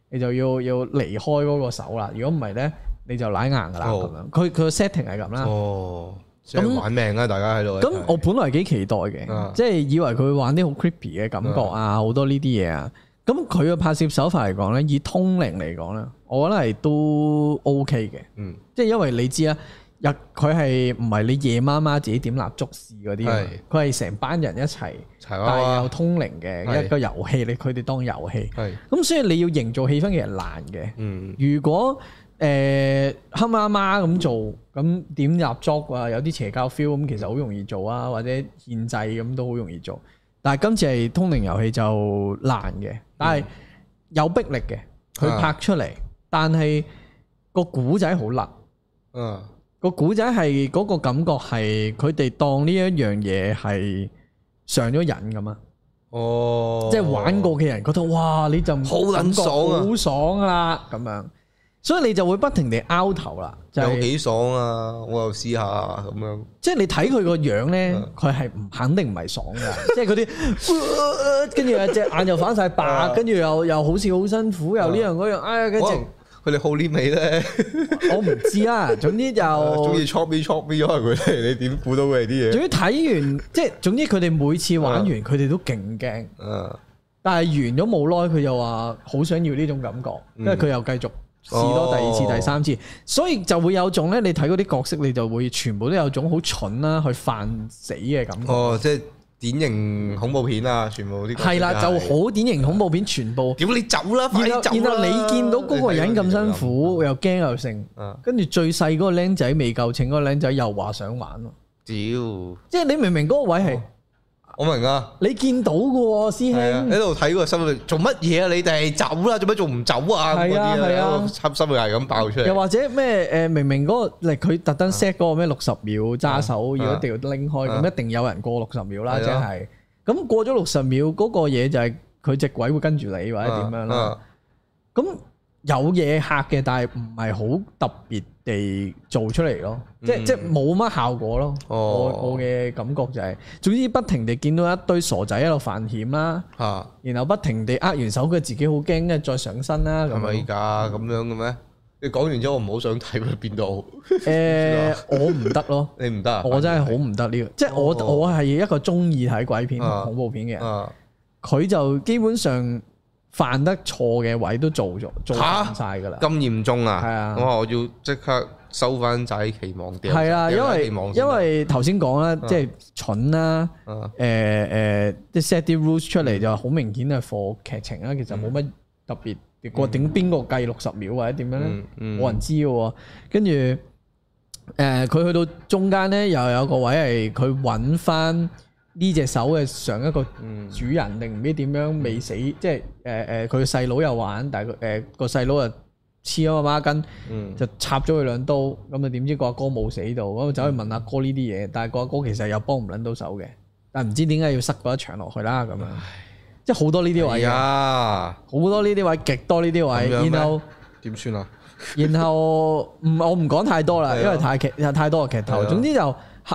S2: 你就要要離開嗰個手啦。如果唔係咧，你就舐硬噶啦咁
S1: 哦
S2: 樣。佢佢個 setting 係咁啦。
S1: 哦，即係
S2: 咁
S1: 玩命啊！大家喺度一齊，
S2: 咁我本來幾期待嘅，
S1: 啊
S2: 即係以為佢會玩啲好 creepy 嘅感覺啊，好多呢啲嘢啊。咁佢嘅拍攝手法嚟講咧，以通靈嚟講咧，我覺得係都 OK 嘅。
S1: 嗯
S2: 即係因為你知啦，啊日佢係唔係你夜媽媽自己點蠟燭試嗰啲啊嘛
S1: 係，
S2: 佢係成班人一齊。
S1: 柴
S2: 但係
S1: 娃
S2: 有
S1: 娃
S2: 通靈嘅
S1: 哦係
S2: 一個遊戲，你佢哋當遊戲，
S1: 係
S2: 咁所以你要營造氣氛其實難嘅。
S1: 嗯
S2: 如果誒黑媽媽咁做，咁點入作啊？有啲邪教 feel 咁，其實好容易做啊，或者獻祭咁都好容易做。但係今次係通靈遊戲就難嘅，但係有逼力嘅，佢
S1: 嗯啊
S2: 拍出嚟，但係個古仔好辣。
S1: 啊
S2: 個古仔係嗰個感覺係佢哋當呢一樣嘢係上咗癮咁啊！
S1: 哦，
S2: 即係玩過嘅人覺得哇，你就
S1: 好撚爽啊
S2: 好爽啦咁樣，所以你就會不停地拗頭啦，就
S1: 有
S2: 係
S1: 幾爽啊！我又試下咁樣，
S2: 即係你睇佢個樣咧
S1: 嗯，
S2: 佢係唔肯定唔係爽
S1: <laughs>
S2: 噶，即係嗰啲，跟住隻眼又反晒白，
S1: 嗯
S2: 跟住又又好似好辛苦，又呢樣嗰樣，哎呀，跟住
S1: 可能佢哋好呢味咧，
S2: 我唔知啊。
S1: <laughs>
S2: 總之就
S1: 中意
S2: 總
S1: chop me chop me 咗佢哋，你點估到佢哋啲嘢？
S2: 之睇完，即係總之佢哋每次玩
S1: 嗯
S2: 完，佢哋都勁驚。
S1: 啊，
S2: 但係完咗冇耐，佢又話好想要呢種感覺，因為佢又繼續試多第二次、
S1: 嗯哦
S2: 第三次，所以就會有種咧，你睇嗰啲角色，你就會全部都有種好蠢啦，去犯死嘅感覺。
S1: 哦，即係典型恐怖片啊，全部啲角色
S2: 係啦，
S1: 都
S2: 就
S1: 係
S2: 好典型恐怖片，全部。
S1: 屌你走啦，
S2: 然
S1: 快
S2: 後
S1: 啲走啦
S2: 然後你見到嗰個人咁辛
S1: 你睇到
S2: 苦，又驚又剩，
S1: 啊
S2: 跟住最細嗰個僆仔未夠稱，嗰個僆仔又話想玩咯。
S1: 你就諗屌，
S2: 即係你明明嗰個位係
S1: 我明啊。
S2: 你見到嘅喎，師
S1: 哦係啊，喺
S2: 兄。
S1: 度睇個心裏做乜嘢啊？你哋走啦，做咩仲唔走啊？咁
S2: 係
S1: 嗰
S2: 啊
S1: 啲
S2: 係啊
S1: 啊，心心裏係咁爆 <laughs> 出
S2: 又
S1: 嚟。
S2: 或者咩？誒，明明嗰個嚟佢特登 set 嗰個咩六十秒揸手，
S1: 啊
S2: 如果一定要拎開，
S1: 啊
S2: 咁一定有人過六十秒啦，
S1: 係
S2: 即
S1: 啊
S2: 係。咁過咗六十秒嗰個嘢就係佢隻鬼會跟住你或者點樣啦。
S1: 啊？
S2: 咁有嘢嚇嘅，但係唔係好特別地做出嚟咯，即係
S1: 嗯
S2: 即係冇乜效果咯。
S1: 哦
S2: 我我嘅感覺就係、總之不停地見到一堆傻仔喺度犯險啦，
S1: 嚇
S2: 然後不停地握完手，佢自己好驚，跟住再上身啦咁
S1: 啊係咪
S2: 樣。
S1: 㗎？咁樣嘅咩？你講完之後，我唔好想睇佢變到，
S2: 誒、我唔得咯，
S1: <laughs> 你唔得啊？
S2: 我真係好唔得呢個，即係我
S1: 哦
S2: 我係一個中意睇鬼片同
S1: 啊
S2: 恐怖片嘅人，
S1: 啊！
S2: 佢就基本上犯得錯嘅位都做咗，做
S1: 嚇
S2: 犯晒㗎啦。
S1: 咁嚴重啊！
S2: 係啊
S1: 我話我要即刻收翻仔期望掉。
S2: 係啊，因
S1: 掉低
S2: 為
S1: 期望先
S2: 因
S1: 得
S2: 為頭先講啦，即係蠢啦，
S1: 啊
S2: 誒誒，即係 set 啲 rules 出
S1: 嗯
S2: 嚟就好明顯係 for 劇情啦，其實冇乜特別。個頂邊個計六十秒或者點樣咧
S1: 嗯，嗯
S2: 冇人知嘅喎。跟住誒，佢去到中間咧，又有個位係佢揾翻呢隻手嘅上一個
S1: 嗯
S2: 主人定唔知點樣未死，即係誒誒，佢細佬又玩，但係佢誒個細佬又啊黐咗個孖筋。
S1: 嗯
S2: 就插咗佢兩刀，咁啊點知個阿哥冇死到，咁啊走去問阿哥呢啲嘢，但係個阿哥其實又幫唔撚到手嘅，但係唔知點解要塞嗰一場落去啦咁樣，即係好多呢啲位
S1: 係
S2: 啊，
S1: 啊，
S2: 好多呢啲位，極多呢啲
S1: 咁樣
S2: 位，
S1: 咩 <laughs>
S2: 然後
S1: 點算啊？
S2: 然後唔我唔講太多啦，
S1: 係啊
S2: 因為太劇太多嘅劇
S1: 係
S2: 頭，
S1: 啊
S2: 總之就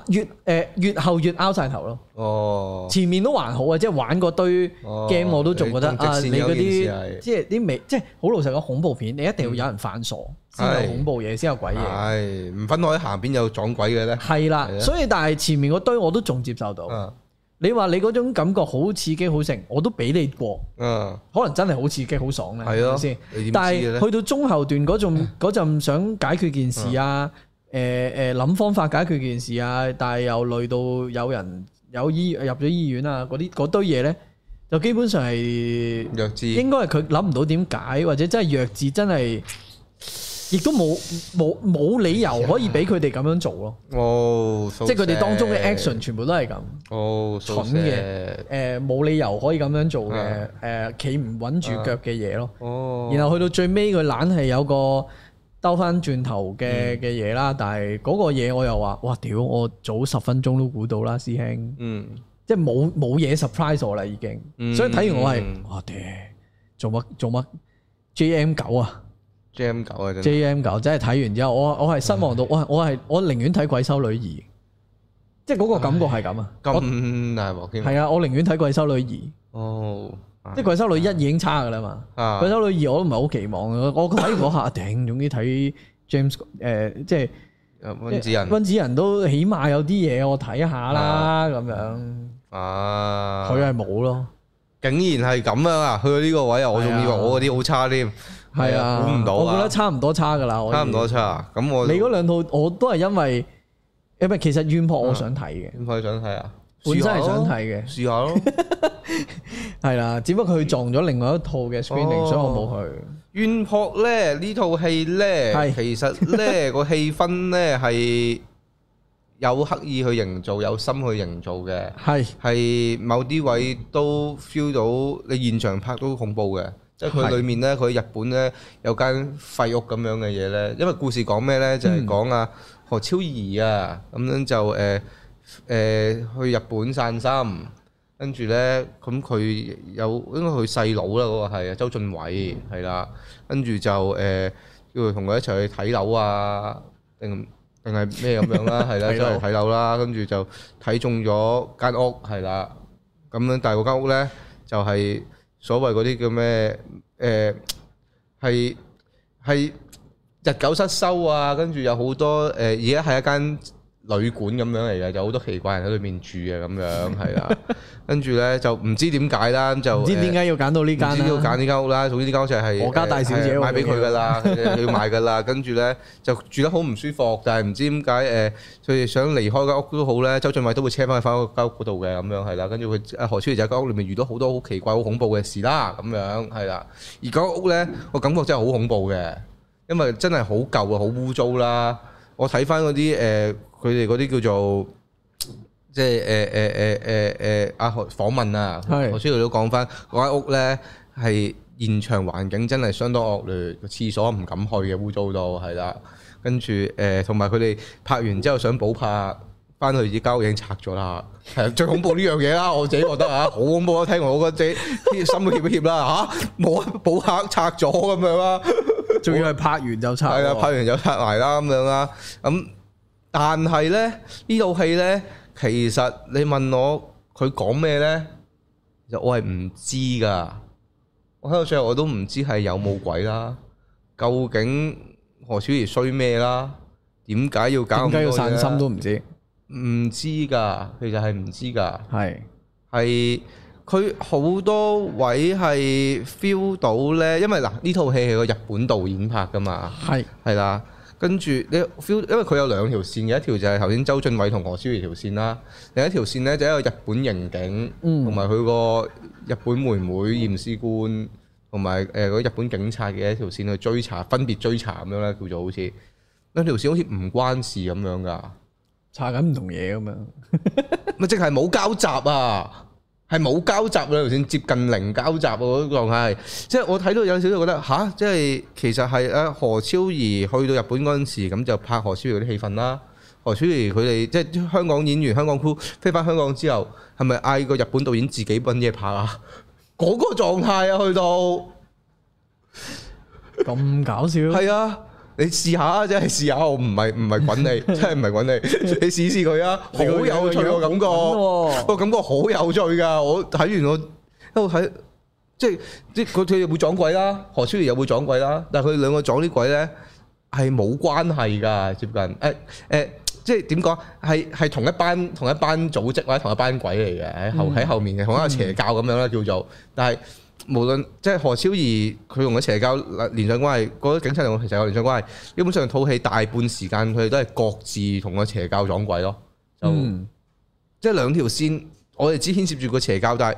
S2: 越誒越後越拗晒頭咯，
S1: 哦，
S2: 前面都還好啊，即係玩嗰堆
S1: 哦
S2: game 我都仲覺得
S1: 你攻擊
S2: 啊，
S1: 先
S2: 你嗰
S1: 有件事
S2: 啲
S1: 係
S2: 即係啲美，即係好老實講恐怖片，你一定要有人犯傻先
S1: 係
S2: 有恐怖嘢，先有鬼嘢。
S1: 係唔分開行邊有撞鬼嘅咧？
S2: 係啦
S1: 嗯係，啊
S2: 所以但係前面嗰堆我都仲接受到。
S1: 嗯
S2: 你話你嗰種感覺好刺激好成，我都俾你過，
S1: 嗯，
S2: 可能真係好刺激好爽咧，
S1: 係
S2: 係
S1: 咯
S2: 咪先？
S1: 你點知
S2: 但
S1: 嘅咧嗯
S2: 係去到中後段嗰陣嗰陣想解決件事啊，誒誒諗方法解決件事啊，但係又累到有人有醫入咗醫院啊，嗰啲嗰堆嘢咧，就基本上係。
S1: 弱智。
S2: 應該係佢諗唔到點解，或者真係弱智，真係亦都冇冇冇理由可以俾佢哋咁樣做咯。
S1: 哦，
S2: 即係佢哋當中嘅 action 全部都係咁，
S1: 哦，
S2: 蠢
S1: 蘇
S2: 嘅
S1: 舍，
S2: 誒、冇理由可以咁樣做嘅，誒
S1: 啊、
S2: 企唔穩住腳嘅嘢咯。
S1: 哦，
S2: 然後去到最尾佢懶係有個兜翻轉頭嘅嘅嘢啦，但係嗰個嘢我又話：哇屌！我早十分鐘都估到啦，師兄，
S1: 嗯，
S2: 即係冇冇嘢 surprise 我啦已經。
S1: 嗯
S2: 所以睇完我係
S1: 嗯
S2: 哇屌，做乜做乜 JM 九啊
S1: Jam 九啊，真係
S2: ，JM 九真係睇完之後，我我係失望到，我係我係我寧願睇鬼修女二，即係嗰個感覺係咁啊。我
S1: 咁大鑊添，
S2: 係啊，我寧願睇《鬼修女二》，即
S1: 哦，
S2: 係《鬼修女一》已經差噶啦嘛，
S1: 啊
S2: 《鬼修女二》我都唔係好期望嘅。
S1: <laughs>
S2: 我睇嗰下，頂，總之睇 James 誒、即係
S1: 温子仁
S2: 温子仁都起碼有啲嘢我睇下啦，
S1: 啊
S2: 咁樣
S1: 啊，
S2: 佢係冇咯，
S1: 竟然係咁啊！去到呢個位啊，我仲以為
S2: 係啊
S1: 我嗰啲好差添，
S2: 係啊，
S1: 估唔到
S2: 我覺
S1: 啊
S2: 得，差唔多差噶啦，我
S1: 差唔多差啊，咁我
S2: 你嗰兩套我都係因為誒唔係，其實《怨
S1: 啊
S2: 破》我想睇嘅，
S1: 點可以想睇啊？
S2: 本身係
S1: 試下
S2: 想
S1: 咯
S2: 睇，嘅，
S1: 試下咯。
S2: 係啦，只不過佢撞咗另外一套嘅 screening，、
S1: 哦
S2: 所以我冇去。
S1: 怨泊咧呢套戲
S2: 係
S1: 咧，其實
S2: <laughs>
S1: 咧個氣氛咧係有刻意去營造，有心去營造嘅，
S2: 係
S1: 係某啲位都 feel 到你現場拍都恐怖嘅。即係
S2: 係
S1: 佢裏面咧，佢日本咧有間廢屋咁樣嘅嘢咧，因為故事講咩咧，就係
S2: 嗯
S1: 講啊何超儀啊，咁樣就誒誒、去日本散心，跟住咧咁佢有應該佢細佬啦，嗰、個係啊周俊偉係啦，跟住就誒、叫佢同佢一齊去睇樓啊，定定係咩咁樣
S2: <laughs>
S1: 啦，係啦，
S2: 睇
S1: 出
S2: 樓
S1: 嚟睇樓啦，跟住就睇中咗間屋係啦，咁樣但係嗰間屋呃咧就係、所謂嗰啲叫咩誒係係日久失修啊，跟住有好多誒，呃而家係一間旅館咁樣嚟嘅，有好多奇怪人喺裏面住啊嘅咁樣，係啦。跟住咧就唔知點解啦，咁就
S2: 唔知
S1: 誒
S2: 點解要揀到呢間啊
S1: 唔知要
S2: 啦
S1: 揀呢間屋啦，總之呢間屋就係
S2: 我家大小姐
S1: 係
S2: 喎
S1: 買俾佢噶啦， <laughs> 佢要買噶啦。跟住咧就住得好唔舒服，但係唔知點解誒，佢哋想離開間屋都好咧，周俊偉都會車翻去翻屋間屋嗰度嘅咁樣係啦。跟住佢啊何超儀就喺間屋裏面遇到好多好奇怪、好恐怖嘅事啦，咁樣係啦。而間屋咧，我感覺真係好恐怖嘅，因為真係好舊啊，好污糟啦。我睇翻嗰啲誒，佢哋嗰啲叫做。即係呃誒誒誒誒誒啊何訪問啊，
S2: 係
S1: 何超儀都講翻嗰間屋咧係現場環境真係相當惡劣，個廁所唔敢去嘅，污糟到係啦。跟住誒，同埋佢哋拍完之後想補拍，翻去而家已經拆咗啦。係啊最恐怖呢樣嘢啦，我自己覺得啊， <laughs> 好恐怖啊！聽我我覺得自己心都怯一怯啦嚇，冇啊補拍拆咗咁樣啦。
S2: 仲要係拍完就拆喎。
S1: 係啦，拍完就拍埋啦咁樣啦。咁但係咧呢套戲咧，其實你問我佢講咩咧，其實我係唔知噶。我喺度最後我都唔知係有冇鬼啦，究竟何小儀衰咩啦？點解要搞咁
S2: 點解要
S1: 多嘢
S2: 散
S1: 呢
S2: 心都唔知？
S1: 唔知噶，其實係唔知噶。
S2: 係
S1: 係佢好多位係 feel 到咧，因為嗱呢套戲係個日本導演拍噶嘛。
S2: 係
S1: 係啦。跟住你 feel，因為佢有兩條線嘅，一條就係頭先周俊偉同何超儀條線啦，另一條線咧就係一個日本刑警，
S2: 嗯
S1: 同埋佢個日本妹妹驗屍官，同埋誒嗰日本警察嘅一條線去追查，分別追查咁樣啦，叫做好似兩條線好似唔關事咁樣㗎，
S2: 查緊唔同嘢咁樣。
S1: 咪即係冇交集啊！係冇交集兩條線接近零交集啊！嗰個狀態係，即係我睇到有少少覺得吓，即係其實係啊何超儀去到日本嗰陣時，咁就拍何超儀啲戲份啦。何超儀佢哋即係香港演員、香港 crew 飛翻香港之後，係咪嗌個日本導演自己揾嘢拍啊？嗰、個狀態啊，去到
S2: 咁搞笑，
S1: 係啊！你試下啊，真係試下，我唔係唔係滾
S2: <laughs>
S1: 你，真係唔係滾你，你試試佢啊，好
S2: 你個樣
S1: 有趣個感覺。哦
S2: 喎
S1: 我感覺好有趣噶，我睇完我一路睇，即係即係佢佢又會撞鬼啦，何超儀又會撞鬼啦，但係佢兩個撞啲鬼咧係冇關係㗎，接近誒誒、即係點講係係同一班同一班組織或者同一班鬼嚟嘅喺後喺後面嘅，同一個邪教咁樣啦叫做，但係。無論即係何超儀，佢同個邪教連上關係，嗰啲警察同個邪教連上關係，基本上套戲大半時間佢哋都係各自同個邪教撞鬼咯，就。
S2: 嗯，
S1: 即係兩條線，我哋只牽涉住個邪教，但係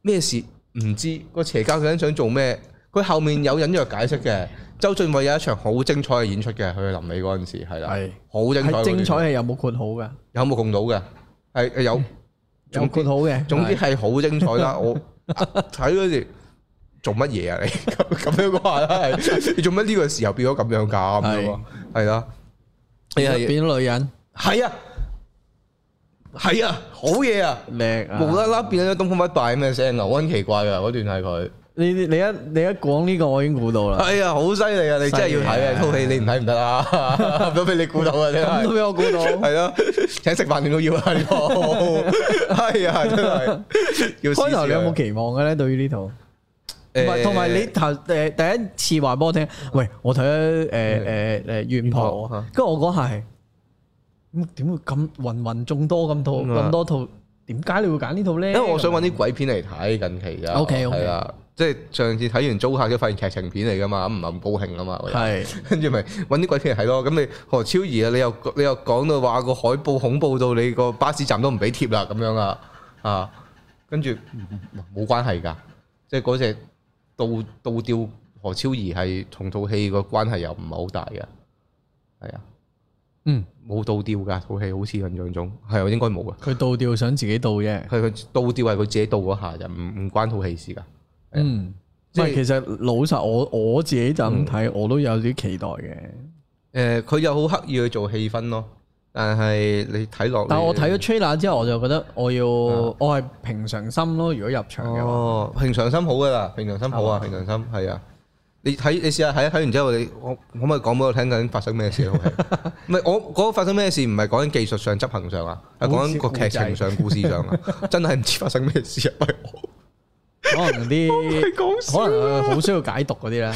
S1: 咩事唔知個邪教究竟想做咩？佢後面有隱約解釋嘅。周俊偉有一場好精彩嘅演出嘅，佢臨尾嗰陣時係啦
S2: 係，
S1: 好精彩嗰段，
S2: 係精彩係有冇括號㗎？
S1: 有冇共到嘅？係係有，
S2: 有括號嘅，
S1: 總之係
S2: 係
S1: 好精彩啦！我啊睇嗰時做乜嘢啊？你 <laughs> 咁咁樣講下啦，係你做乜呢個時候變咗咁樣㗎？咁樣啊係啦，你係
S2: 變咗女人
S1: 係啊，係啊，好嘢啊！
S2: 叻啊！
S1: 無啦啦變咗東方不敗咩聲啊！好撚奇怪噶嗰段係佢，
S2: 你你你一你一講呢個我已經估到啦，
S1: 哎呀好犀利啊！你真係要睇
S2: 啊犀利
S1: 啊！
S2: 啊
S1: 套戲你唔睇唔得
S2: <laughs>
S1: 啊！都俾你估到啊！真
S2: 咁
S1: <laughs>
S2: 都
S1: 係
S2: 俾我估到，
S1: 係咯，請食飯你都要啊！呢套係啊，真係要試試啊
S2: 開頭你有冇期望嘅咧？對於呢套，唔係
S1: 誒
S2: 同埋你頭誒第一次話俾我聽，喂，我睇咗誒誒誒怨婆
S1: 怨婆
S2: 啊，跟住我嗰下係，咁點會咁芸芸眾多咁套
S1: 嗯啊
S2: 咁多套，點解你會揀呢套咧？
S1: 因為我想揾啲鬼片嚟睇近期㗎
S2: OK，OK
S1: 係啦，即係上次睇完租客都發現劇情片嚟㗎嘛，咁唔係咁高興㗎嘛，我又
S2: 係
S1: 跟住咪揾啲鬼片嚟睇咯。咁你何超儀啊，你又你又講到話個海報恐怖到你個巴士站都唔俾貼啦咁樣啊啊！跟住冇關係㗎，即係嗰只倒倒吊何超儀係同套戲個關係又唔係好大嘅，係啊，
S2: 嗯，
S1: 冇倒吊㗎套戲，好似印象中係啊應該冇㗎。
S2: 佢倒吊想自己倒啫。
S1: 係佢倒吊係佢自己倒嗰下就唔唔關套戲事㗎。
S2: 嗯，
S1: 即
S2: 即
S1: 係嗯
S2: 係其實老實我我自己就咁睇，我都有啲期待嘅。
S1: 誒，佢又好刻意去做氣氛咯，但係你睇落嚟，
S2: 但係我睇咗 trailer 之後，我就覺得我要我係平常心咯。如果入場嘅話，
S1: 啊哦，平常心好噶啦，平常心好啊，
S2: 係
S1: 平常心係啊。你睇你試下睇睇完之後，你我可唔可以講俾我聽緊發生咩事
S2: <laughs>
S1: 啊？唔係我嗰個發生咩事，唔係講緊技術上執行上
S2: <laughs>
S1: 啊，係講緊個劇情上、故事上啊，真係唔知發生咩事啊！喂我
S2: 可
S1: <laughs>
S2: 能啲
S1: 講
S2: 可能佢好需要解讀嗰啲咧，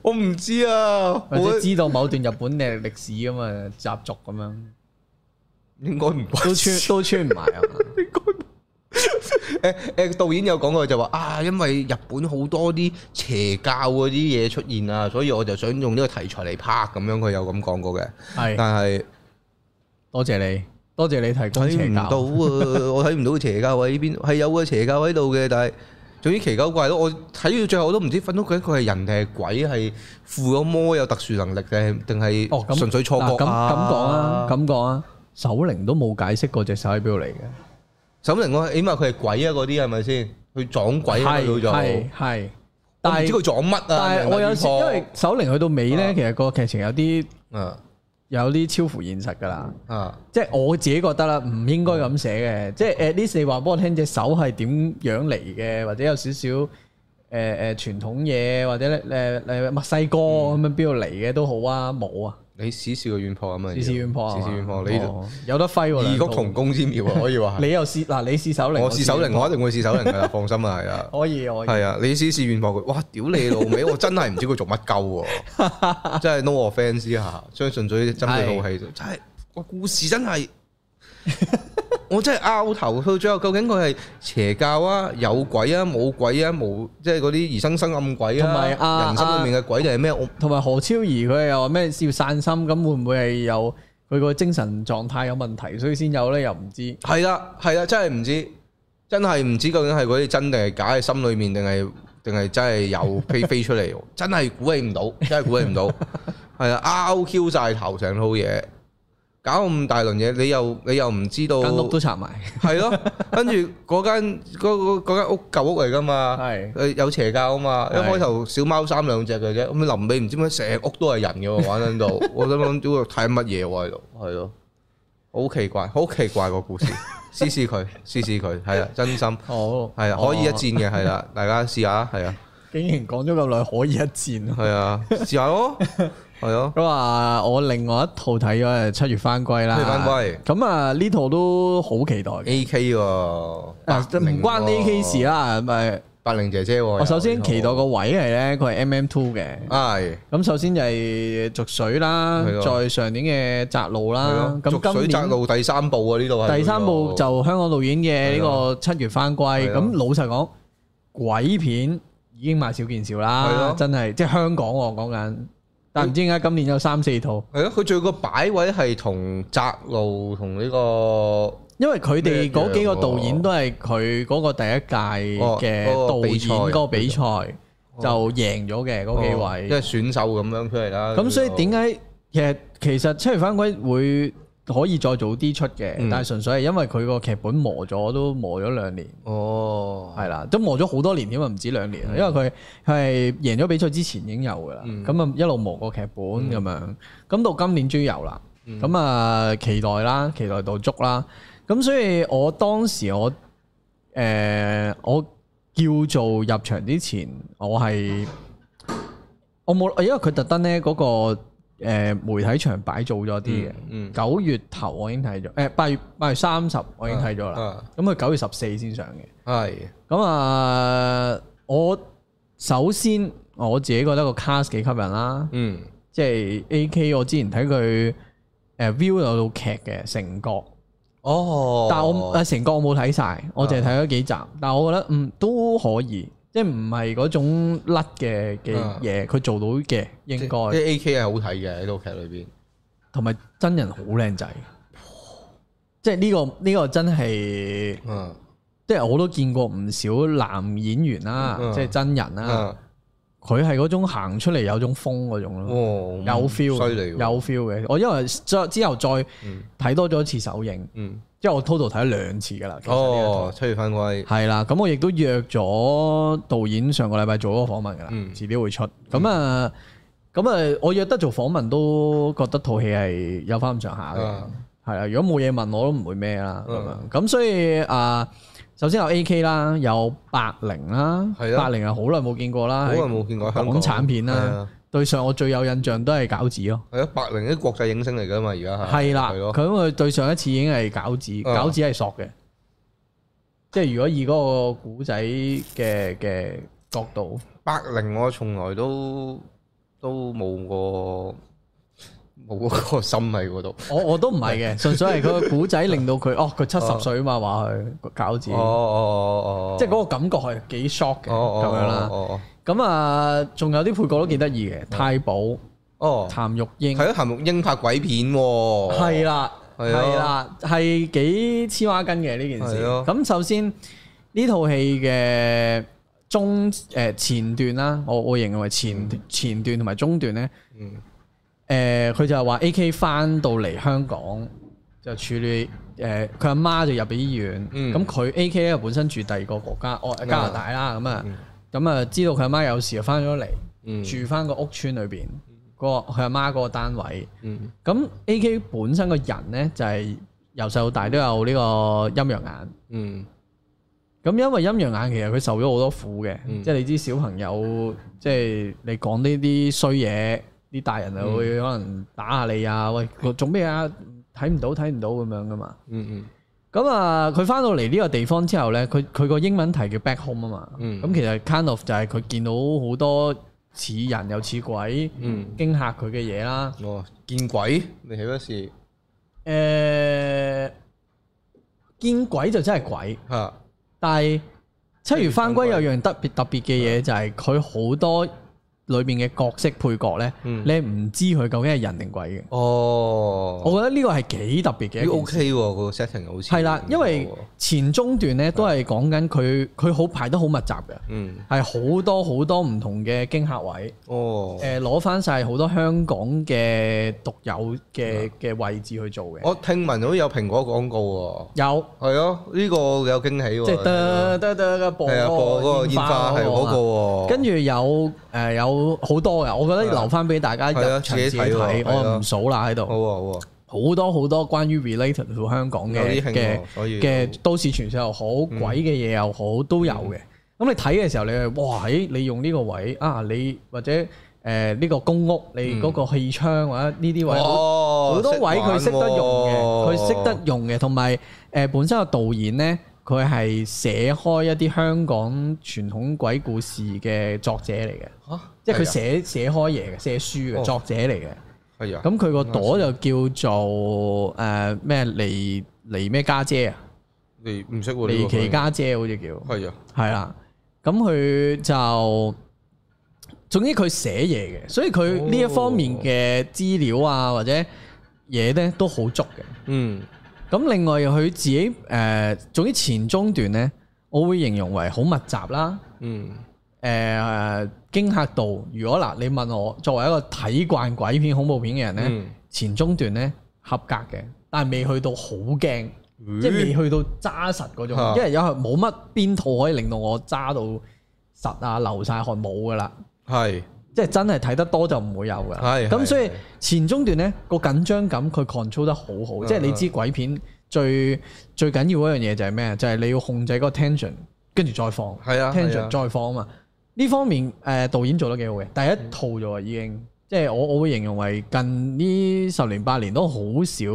S1: 我唔知啊，
S2: 或
S1: <laughs>
S2: 者
S1: 我
S2: 知道某段日本嘅歷史咁啊習俗咁樣，
S1: <laughs> 應該唔關
S2: 都
S1: 事
S2: 穿都穿唔埋啊
S1: <laughs>
S2: 嘛。
S1: 誒誒，導演有講過就話啊，因為日本好多啲邪教嗰啲嘢出現啊，所以我就想用呢個題材嚟拍咁樣，佢有咁講過嘅。
S2: 係，
S1: 但係
S2: 多謝你，多謝你提供
S1: 睇
S2: 邪
S1: 唔
S2: 教。
S1: 到啊，我睇唔到邪教喺呢邊，係有個邪教喺度嘅，但係總之奇鳩怪咯。我睇到最後我都唔知瞓到佢佢係人定係鬼，係附咗魔有特殊能力定定
S2: 哦，
S1: 係
S2: 咁
S1: 純粹錯
S2: 嗱
S1: 覺
S2: 咁咁講啊，
S1: 啊
S2: 咁講啊，守靈都冇解釋過隻手喺邊度嚟嘅。
S1: 守靈我起碼佢係鬼啊嗰啲係咪先？佢撞鬼啊叫做，
S2: 係係，
S1: 我
S2: 但
S1: 唔知佢
S2: 係
S1: 撞乜啊？
S2: 但係我有時因為
S1: 為
S2: 守靈去到尾
S1: 啊
S2: 咧，其實個劇情有啲
S1: 啊
S2: 有啲超乎現實㗎啦。
S1: 啊
S2: 即係我自己覺得啦，唔應該咁寫嘅。即
S1: 哦
S2: 係 at least 你話俾我聽隻手係點樣嚟嘅，或者有少少誒誒傳統嘢，或者咧誒誒墨西哥
S1: 嗯
S2: 咁樣邊度嚟嘅都好啊，冇啊，
S1: 你試試個遠破咁啊！
S2: 試試遠破啊，
S1: 試試遠破，
S2: 係嘛
S1: 你
S2: 哦有得揮喎，
S1: 異
S2: 兩
S1: 曲
S2: 套
S1: 同工之妙啊！可以話係。
S2: 你又試嗱，你試手靈，
S1: 我試手
S2: 靈
S1: 靈，我一定會試手
S2: <laughs>
S1: 靈噶啦，放心啊，係啊。
S2: 可以我
S1: 係啊，你試試遠博佢，哇！屌你老味，我真係唔知佢做乜鳩
S2: <laughs>
S1: 喎，真係 no 啊 offence 下，相信咗針對套戲就真係個故事真係， <laughs> 我真係拗頭到最後，究竟佢係邪教啊、有鬼啊、冇鬼啊、冇即係嗰啲疑生生暗鬼
S2: 同埋
S1: 啊、
S2: 啊
S1: 人生裏面嘅鬼定係咩？我
S2: 同埋何超儀佢又話咩要散心，咁會唔會係有佢個精神狀態有問題，所以先有咧？又唔知。
S1: 係啦係啦，真係唔知，真係唔知究竟係嗰啲真定係假嘅心裏面定係定係真係
S2: <laughs>
S1: 有飛飛出嚟，真係估計唔到，真係估計唔到，係啊，拗 Q 晒頭成套嘢，搞咁大輪嘢，你又你又唔知道，
S2: 間屋都拆埋，
S1: 係咯，跟住嗰間嗰嗰間屋舊屋嚟㗎嘛，
S2: <laughs> 係
S1: 誒有邪教啊嘛，一
S2: 係
S1: 開頭小貓三兩隻嘅啫，咁臨尾唔知點解成屋都係人嘅喎，玩喺度， <laughs> 我想諗屌睇乜嘢喎喺度，係咯，好奇怪，好奇怪個
S2: <laughs>
S1: 故事，試試佢，試試佢，係啊，真心
S2: 哦，
S1: 係啊，可以一
S2: 哦
S1: 戰嘅，係
S2: <laughs>
S1: 啦，大家試下，係啊，
S2: 竟然講咗咁耐，可以一戰啊！
S1: 係啊，試下咯，係咯，
S2: 咁啊，我另外一套睇咗係《七月返歸》啦，
S1: 七月返歸
S2: 咁啊，呢套都好期待嘅。
S1: A K 喎，哦
S2: 啊唔關呢 K 事
S1: 啊，
S2: 啦，咪
S1: 八零姐姐喎，
S2: 我首先
S1: 又
S2: 期待個位係咧，佢係 M M Two 嘅。
S1: 係
S2: 咁首先就係逐水啦
S1: 哦係，咯
S2: 再上年嘅窄路
S1: 係
S2: 啦
S1: 咯，，
S2: 啊咁
S1: 濁水
S2: 今
S1: 窄
S2: 年
S1: 路第三部啊，呢度係
S2: 第三部
S1: 叫做
S2: 就香港導演嘅呢個七月翻歸。
S1: 啊係啊咯
S2: 咁老實講，鬼片已經買少見少
S1: 係
S2: 啦
S1: 咯，
S2: 真係即係香港我講緊，但唔知點解今年有三四套，
S1: 係咯，佢最個擺位係同窄路同呢個
S2: 因為
S1: 咩
S2: 佢哋
S1: 一樣
S2: 嗰幾個
S1: 喎
S2: 導演都係佢嗰個第一屆
S1: 哦
S2: 嘅
S1: 嗰個
S2: 導
S1: 比
S2: 演
S1: 賽
S2: 嗰個比賽就贏咗嘅嗰幾
S1: 哦
S2: 位
S1: 即。係選手咁樣出嚟啦。
S2: 咁所以點
S1: 解
S2: 解其實其實七月返歸會可以再早啲出嘅，
S1: 嗯
S2: 但係純粹係因為佢個劇本磨咗都磨咗兩年，
S1: 哦
S2: 係啦，都磨咗好多年添啊，唔止兩年啊，因為佢佢係贏咗比賽之前已經有噶啦，
S1: 嗯
S2: 咁啊、一路磨個劇本咁樣，咁到今年終於有啦，
S1: 嗯
S2: 咁啊、期待啦，期待到足啦，咁所以我當時我誒、呃我叫做入場之前，我係。我冇，因為佢特登咧嗰個誒媒體場擺早咗啲嘅
S1: 嗯嗯，
S2: 九、月頭我已經睇咗，誒八月八月三十我已經睇咗啦
S1: 啊，
S2: 咁佢九月十四先上嘅，
S1: 係
S2: 咁啊我首先我自己覺得個 cast 幾吸引啦，
S1: 嗯
S2: 即係 A.K. 我之前睇佢誒 view 有套劇嘅成角，
S1: 哦，
S2: 但係我誒成角我冇睇晒，我淨係睇咗幾
S1: 啊
S2: 集，但係我覺得嗯都可以，即係唔係嗰種甩嘅嘅
S1: 啊
S2: 嘢，佢做到嘅應
S1: 即
S2: 該。
S1: 係 A K 係好睇嘅喺套劇裏邊。
S2: 同埋真人好靚仔，即係呢、個呢、個真係，
S1: 嗯
S2: 即係我都見過唔少男演員啦，
S1: 嗯
S2: 即係真人啦，
S1: 啊
S2: 佢係嗰種行出嚟有種風嗰種咯，
S1: 哦
S2: 有 feel，啊
S1: 犀利喎
S2: 有 feel 嘅。我因為再之後再睇多咗一次首映，
S1: 嗯
S2: 即係我 total 睇咗兩次噶啦。其實呢一套
S1: 哦，七月返歸
S2: 係啦，咁我亦都約咗導演上個禮拜做嗰個訪問㗎啦，
S1: 嗯
S2: 遲啲會出。咁啊，咁啊，我約得做訪問都覺得套戲係有翻咁上下嘅，
S1: 啊
S2: 係啦。如果冇嘢問我都唔會咩啦，咁
S1: 嗯
S2: 樣咁所以啊，首先有 A K 啦，有八零啦，
S1: 係啊
S2: 八零啊好耐冇見過啦，
S1: 好耐冇見過香港
S2: 港產片
S1: 係
S2: 啦
S1: 啊。
S2: 對上我最有印象都係餃子咯，
S1: 係啊，白靈啲國際影星嚟㗎嘛，啊而家係
S2: 係啦，
S1: 係咯
S2: 咁佢對上一次已經係餃
S1: 啊
S2: 子，餃子係索嘅，即係如果以嗰個古仔嘅嘅角度，
S1: 百靈我從來都都冇個冇嗰個心喺嗰度。
S2: 我我都
S1: <laughs>
S2: 唔係嘅，純粹係佢個古仔令到佢，哦，佢七十歲嘛，話佢搞自
S1: 啊哦哦哦哦，
S2: 即係嗰個感覺係幾 shock 嘅
S1: 哦哦
S2: 咁樣啦。
S1: 哦嗯
S2: 咁啊，仲有啲配角都幾得意嘅，太保、
S1: 哦，
S2: 譚玉英
S1: 係咯，譚玉英拍鬼片喎，
S2: 係啦，
S1: 係啊
S2: 係啦，係幾黐孖筋嘅呢件事。
S1: 係啊
S2: 咁首先呢套戲嘅中誒前段啦，我我形容為前前段同埋中段咧，
S1: 嗯
S2: 誒佢就係話 A.K. 翻到嚟香港就處理誒佢阿媽就入咗醫院，
S1: 嗯
S2: 咁佢 A.K. 咧本身住第二個國家，哦加拿大啦咁啊，咁啊知道佢阿媽有事就翻咗嚟。
S1: 嗯
S2: 住翻個屋村裏邊，嗰個佢阿媽嗰個單位。
S1: 嗯
S2: 咁 A.K. 本身個人呢，就係由細到大都有呢個陰陽眼。
S1: 嗯
S2: 咁因為陰陽眼其實佢受咗好多苦嘅，
S1: 嗯
S2: 即係你知小朋友，即係你講呢啲衰嘢，啲大人就
S1: 嗯
S2: 會可能打下你啊，喂做咩啊？睇唔到睇唔到咁樣噶嘛。
S1: 嗯嗯
S2: 咁啊，佢翻到嚟呢個地方之後呢，佢佢個英文題叫 back home 啊嘛。咁、
S1: 嗯
S2: 其實 kind of 就係佢見到好多似人又似鬼。
S1: 嗯，
S2: 驚嚇佢嘅嘢啦。
S1: 哦，見鬼，你起乜事
S2: 誒、呃見鬼就真係鬼，
S1: 嚇？
S2: 但係七月翻歸有樣特別特別
S1: 嗯
S2: 嘅嘢，就係佢好多裏面嘅角色配角咧，
S1: 嗯
S2: 你唔知佢究竟係人定鬼嘅。
S1: 哦，
S2: 我覺得呢個係幾特別嘅一
S1: 咦
S2: 件事。
S1: OK 喎，個 setting 好似
S2: 係啦，因為前中段咧都係講緊佢，佢好排得好密集嘅，
S1: 嗯
S2: 係好多好多唔同嘅驚嚇位。
S1: 哦。
S2: 誒攞翻晒好多香港嘅獨有
S1: 嗯
S2: 嘅嘅位置去做嘅，
S1: 我聽聞好似有蘋果廣告
S2: 有。
S1: 喎，係咯，呢個有驚喜喎，
S2: 即係得得得嘅播
S1: 係啊，播嗰個
S2: 個
S1: 煙花係嗰個
S2: 個啊。
S1: 喎，
S2: 跟住有誒有好多嘅，我覺得留翻俾大家入
S1: 係啊
S2: 場自己
S1: 自己睇
S2: 睇，
S1: 喎係啊
S2: 我唔數啦喺
S1: 好
S2: 度。
S1: 喎好啊喎，
S2: 好多好多關於 related to 香港
S1: 有
S2: 嘅
S1: 啲興
S2: 嘅
S1: 喎，所以嗯
S2: 嘅都市傳說又好，鬼嘅嘢又好都有嘅。咁你睇嘅時候，你係哇咦你用呢個位啊，你或者誒呢個公屋，
S1: 嗯
S2: 你嗰個氣窗或者呢啲位好
S1: 哦，
S2: 好多位佢識得用嘅，
S1: 玩喎
S2: 佢識得用嘅，同埋誒本身個導演呢，佢係寫開一啲香港傳統鬼故事嘅作者嚟嘅，
S1: 嚇
S2: 即係佢
S1: 係啊
S2: 寫寫開嘢嘅，寫書嘅
S1: 哦
S2: 作者嚟嘅。
S1: 係啊，
S2: 咁佢個朵就叫做誒咩離離咩家姐啊，
S1: 你唔識喎，
S2: 離
S1: 呢個
S2: 奇家姐好似叫，
S1: 係啊，
S2: 係啦。咁佢就總之佢寫嘢嘅，所以佢呢一方面嘅資料啊或者嘢呢都好足嘅。
S1: 嗯
S2: 咁另外佢自己誒、呃，總之前中段呢，我會形容為好密集啦，
S1: 嗯
S2: 誒、呃、驚嚇度。如果嗱，你問我作為一個睇慣鬼片、恐怖片嘅人呢，
S1: 嗯
S2: 前中段呢合格嘅，但係未去到好驚，即係未去到揸實嗰種，
S1: 啊
S2: 因為有冇乜邊套可以令到我揸到實啊，流晒汗冇噶啦。
S1: 係
S2: 即係真係睇得多就唔會有噶啦。
S1: 係係
S2: 咁所以
S1: 係
S2: 前中段呢個緊張感佢 control 得好好，
S1: 嗯
S2: 即係你知鬼片最最緊要嗰樣嘢就係咩？啊就係你要控制嗰個 tension，跟住再放
S1: 係啊係
S2: tension
S1: 啊
S2: 再放啊嘛。呢方面誒導演做得幾好嘅，第一套咗已經，即係我我會形容為近呢十年八年都好少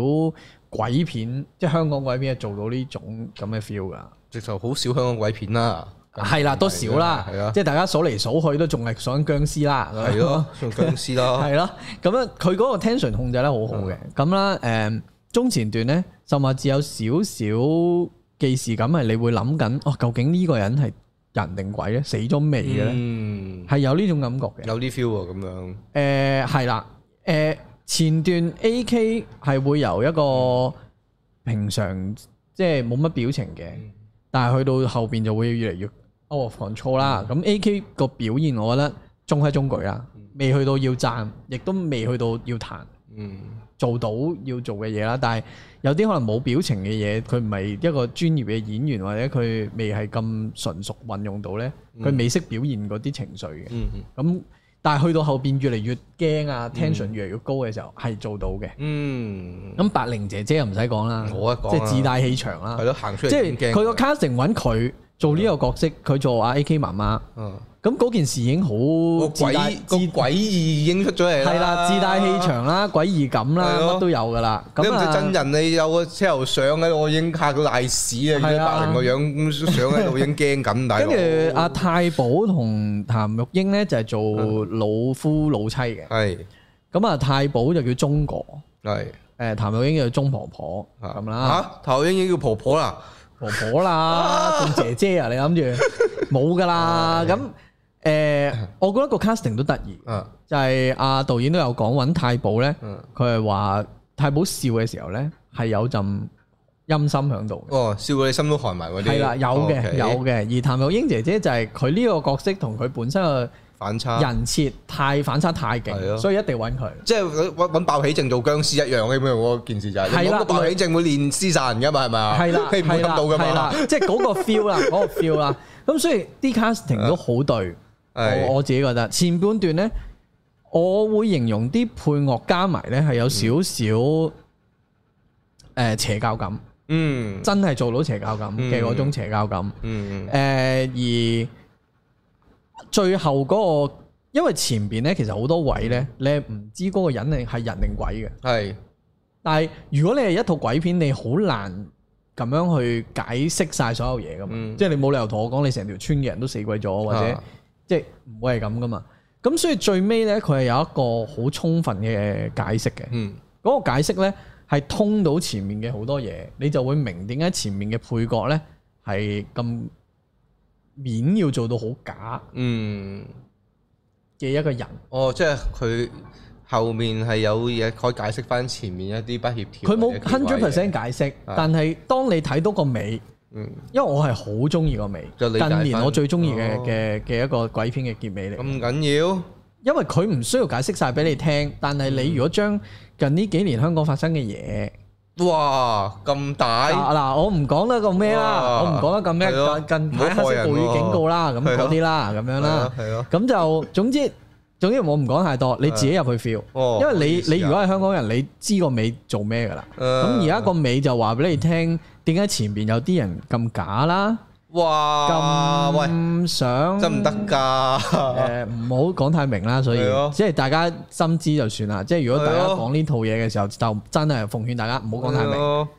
S2: 鬼片，即係香港鬼片係做到呢種咁嘅 feel 㗎。
S1: 直頭好少香港鬼片啦，
S2: 係啦，都少啦
S1: 係啊，
S2: 即係大家數嚟數去都仲係想僵屍啦。
S1: 係
S2: <laughs>
S1: 咯，仲僵屍啦，
S2: 係咯，咁樣佢嗰個 tension 控制得好好嘅，咁啦，誒中前段咧，甚至有少少既視感係你會諗緊，哦，究竟呢個人係人定鬼咧？死咗未嘅咧？
S1: 嗯，
S2: 係有呢種感覺嘅。
S1: 有啲 feel 喎咁樣，
S2: 誒呃係啦，誒前段 A.K. 係會由一個平常即係冇乜表情嘅，但係去到後邊就會越嚟越 out of control 啦。咁 A.K. 個表現我覺得中規中矩啦，未去到要讚，亦都未去到要彈。
S1: 嗯
S2: 做到要做嘅嘢啦，但係有啲可能冇表情嘅嘢，佢唔係一個專業嘅演員，或者佢未係咁純熟運用到呢，佢未識表現嗰啲情緒嘅。
S1: 嗯嗯
S2: 咁但係去到後邊越嚟越驚啊，tension 越嚟越高嘅時候係做到嘅。
S1: 嗯，
S2: 咁白靈姐姐又唔使講啦，
S1: 我一講啊
S2: 即係自帶氣場啦
S1: 係，咯，行出
S2: 即
S1: 嚟
S2: 係
S1: 已經
S2: 佢個
S1: 驚
S2: casting 揾佢做呢個角色，佢做阿 A K 媽媽，
S1: 嗯，
S2: 咁嗰件事已經好
S1: 個
S2: 自帶
S1: 鬼個
S2: 自
S1: 鬼意已經出咗嚟
S2: 係啦，自帶氣
S1: 場。
S2: 場啦，詭異感啦，
S1: 係咯
S2: 乜都有噶啦。
S1: 你
S2: 咁
S1: 唔
S2: 啊
S1: 知真人，你有個車頭相喺度，我已經嚇到賴屎啊！見
S2: 係
S1: 到
S2: 啊
S1: 白靈個樣咁相喺度，已經驚緊，大佬。
S2: 跟住啊阿太保同譚玉英咧就係做
S1: 嗯
S2: 老夫老妻嘅，
S1: 係
S2: 咁啊太保就叫中哥，
S1: 係啊
S2: 誒譚玉英就叫中婆婆咁啦，
S1: 嚇頭已經叫婆婆啦，
S2: 婆
S1: <laughs>
S2: 婆啦，仲姐姐啊，你諗住冇噶啦，咁誒，我覺得個 casting 都得意，
S1: 啊
S2: 就係阿導演都有講揾太保咧
S1: 嗯，
S2: 佢係話太保笑嘅時候咧係有陣陰森響度嘅。
S1: 哦，笑到你心都寒埋嗰啲。哦
S2: 係啦，有嘅
S1: OK，
S2: 有嘅。而譚玉英姐姐就係佢呢個角色同佢本身嘅
S1: 反差。
S2: 人設太反差太
S1: 啊係
S2: 勁，
S1: 啊
S2: 所以一定揾佢。
S1: 即係揾揾爆起症做僵屍一樣嘅咩？嗰件事就係你
S2: 係啦
S1: 揾個爆起症會練屍殺人㗎嘛，係咪啊？
S2: 係啦，
S1: 你唔會諗
S2: 係啦，
S1: 到㗎
S2: 係
S1: 嘛
S2: 啦。，即係嗰個 feel 啦，嗰個 feel 啦。咁所以啲 casting
S1: 啊
S2: 都好對，
S1: 係
S2: 我我自己覺得前半段呢，我會形容啲配樂加埋呢係有少少誒邪教感，
S1: 嗯嗯
S2: 真係做到邪教感嘅嗰種邪教感。
S1: 嗯
S2: 誒、而最後嗰、個，因為前邊咧其實好多位咧，你係唔知嗰個人定係人定鬼嘅。
S1: 嗯，係
S2: 但係如果你係一套鬼片，你好難咁樣去解釋晒所有嘢噶嘛。
S1: 嗯
S2: 即係你冇理由同我講你成條村嘅人都死鬼咗，或者、
S1: 啊
S2: 即係唔會係咁噶嘛。咁所以最尾咧，佢係有一個好充分嘅解釋嘅。
S1: 嗯
S2: 嗰個解釋呢，係通到前面嘅好多嘢，你就會明點解前面嘅配角呢係咁面要做到好假
S1: 嗯，
S2: 嘅一個人，
S1: 哦，即係佢後面係有嘢可以解釋翻前面一啲不協調。
S2: 佢冇
S1: 或者
S2: hundred
S1: 奇怪嘅
S2: percent 解釋，
S1: 啊
S2: 但係當你睇到個尾，
S1: 嗯，
S2: 因為我係好中意個尾，
S1: 就理解
S2: 近年
S1: 返
S2: 我最中意嘅
S1: 哦
S2: 嘅嘅一個鬼片嘅結尾嚟，
S1: 咁緊要
S2: 因為佢唔需要解釋晒俾你聽，但係
S1: 嗯
S2: 你如果將近呢幾年香港發生嘅嘢。
S1: 哇咁大
S2: 嗱嗱，我唔講得咁咩啦，
S1: 哎哇
S2: 我唔講得咁咩
S1: 係咯
S2: 近
S1: 唔
S2: 近
S1: 好
S2: 排
S1: 害
S2: 黑色
S1: 人
S2: 暴雨
S1: 喎
S2: 警告啦，咁
S1: 係咯
S2: 嗰啲啦，咁樣
S1: 係
S2: 啦
S1: 咯，係咯，
S2: 咁就總之總之我唔講太多，你自己入去 feel，
S1: 哦
S2: 因為
S1: 好意
S2: 你
S1: 思啊
S2: 你如果係香港人，你知個尾做咩噶啦。咁
S1: 咁
S2: 而家個尾就話俾你聽，點解前邊有啲人咁假啦，
S1: 哇啊喂
S2: 咁想
S1: 真唔得㗎，
S2: 誒唔好講太明啦，所以
S1: 係咯
S2: 即係大家心知就算啦。即係如果大家
S1: 係咯
S2: 講呢套嘢嘅時候，就真係奉勸大家唔好講太
S1: 係
S2: 明，
S1: 咯，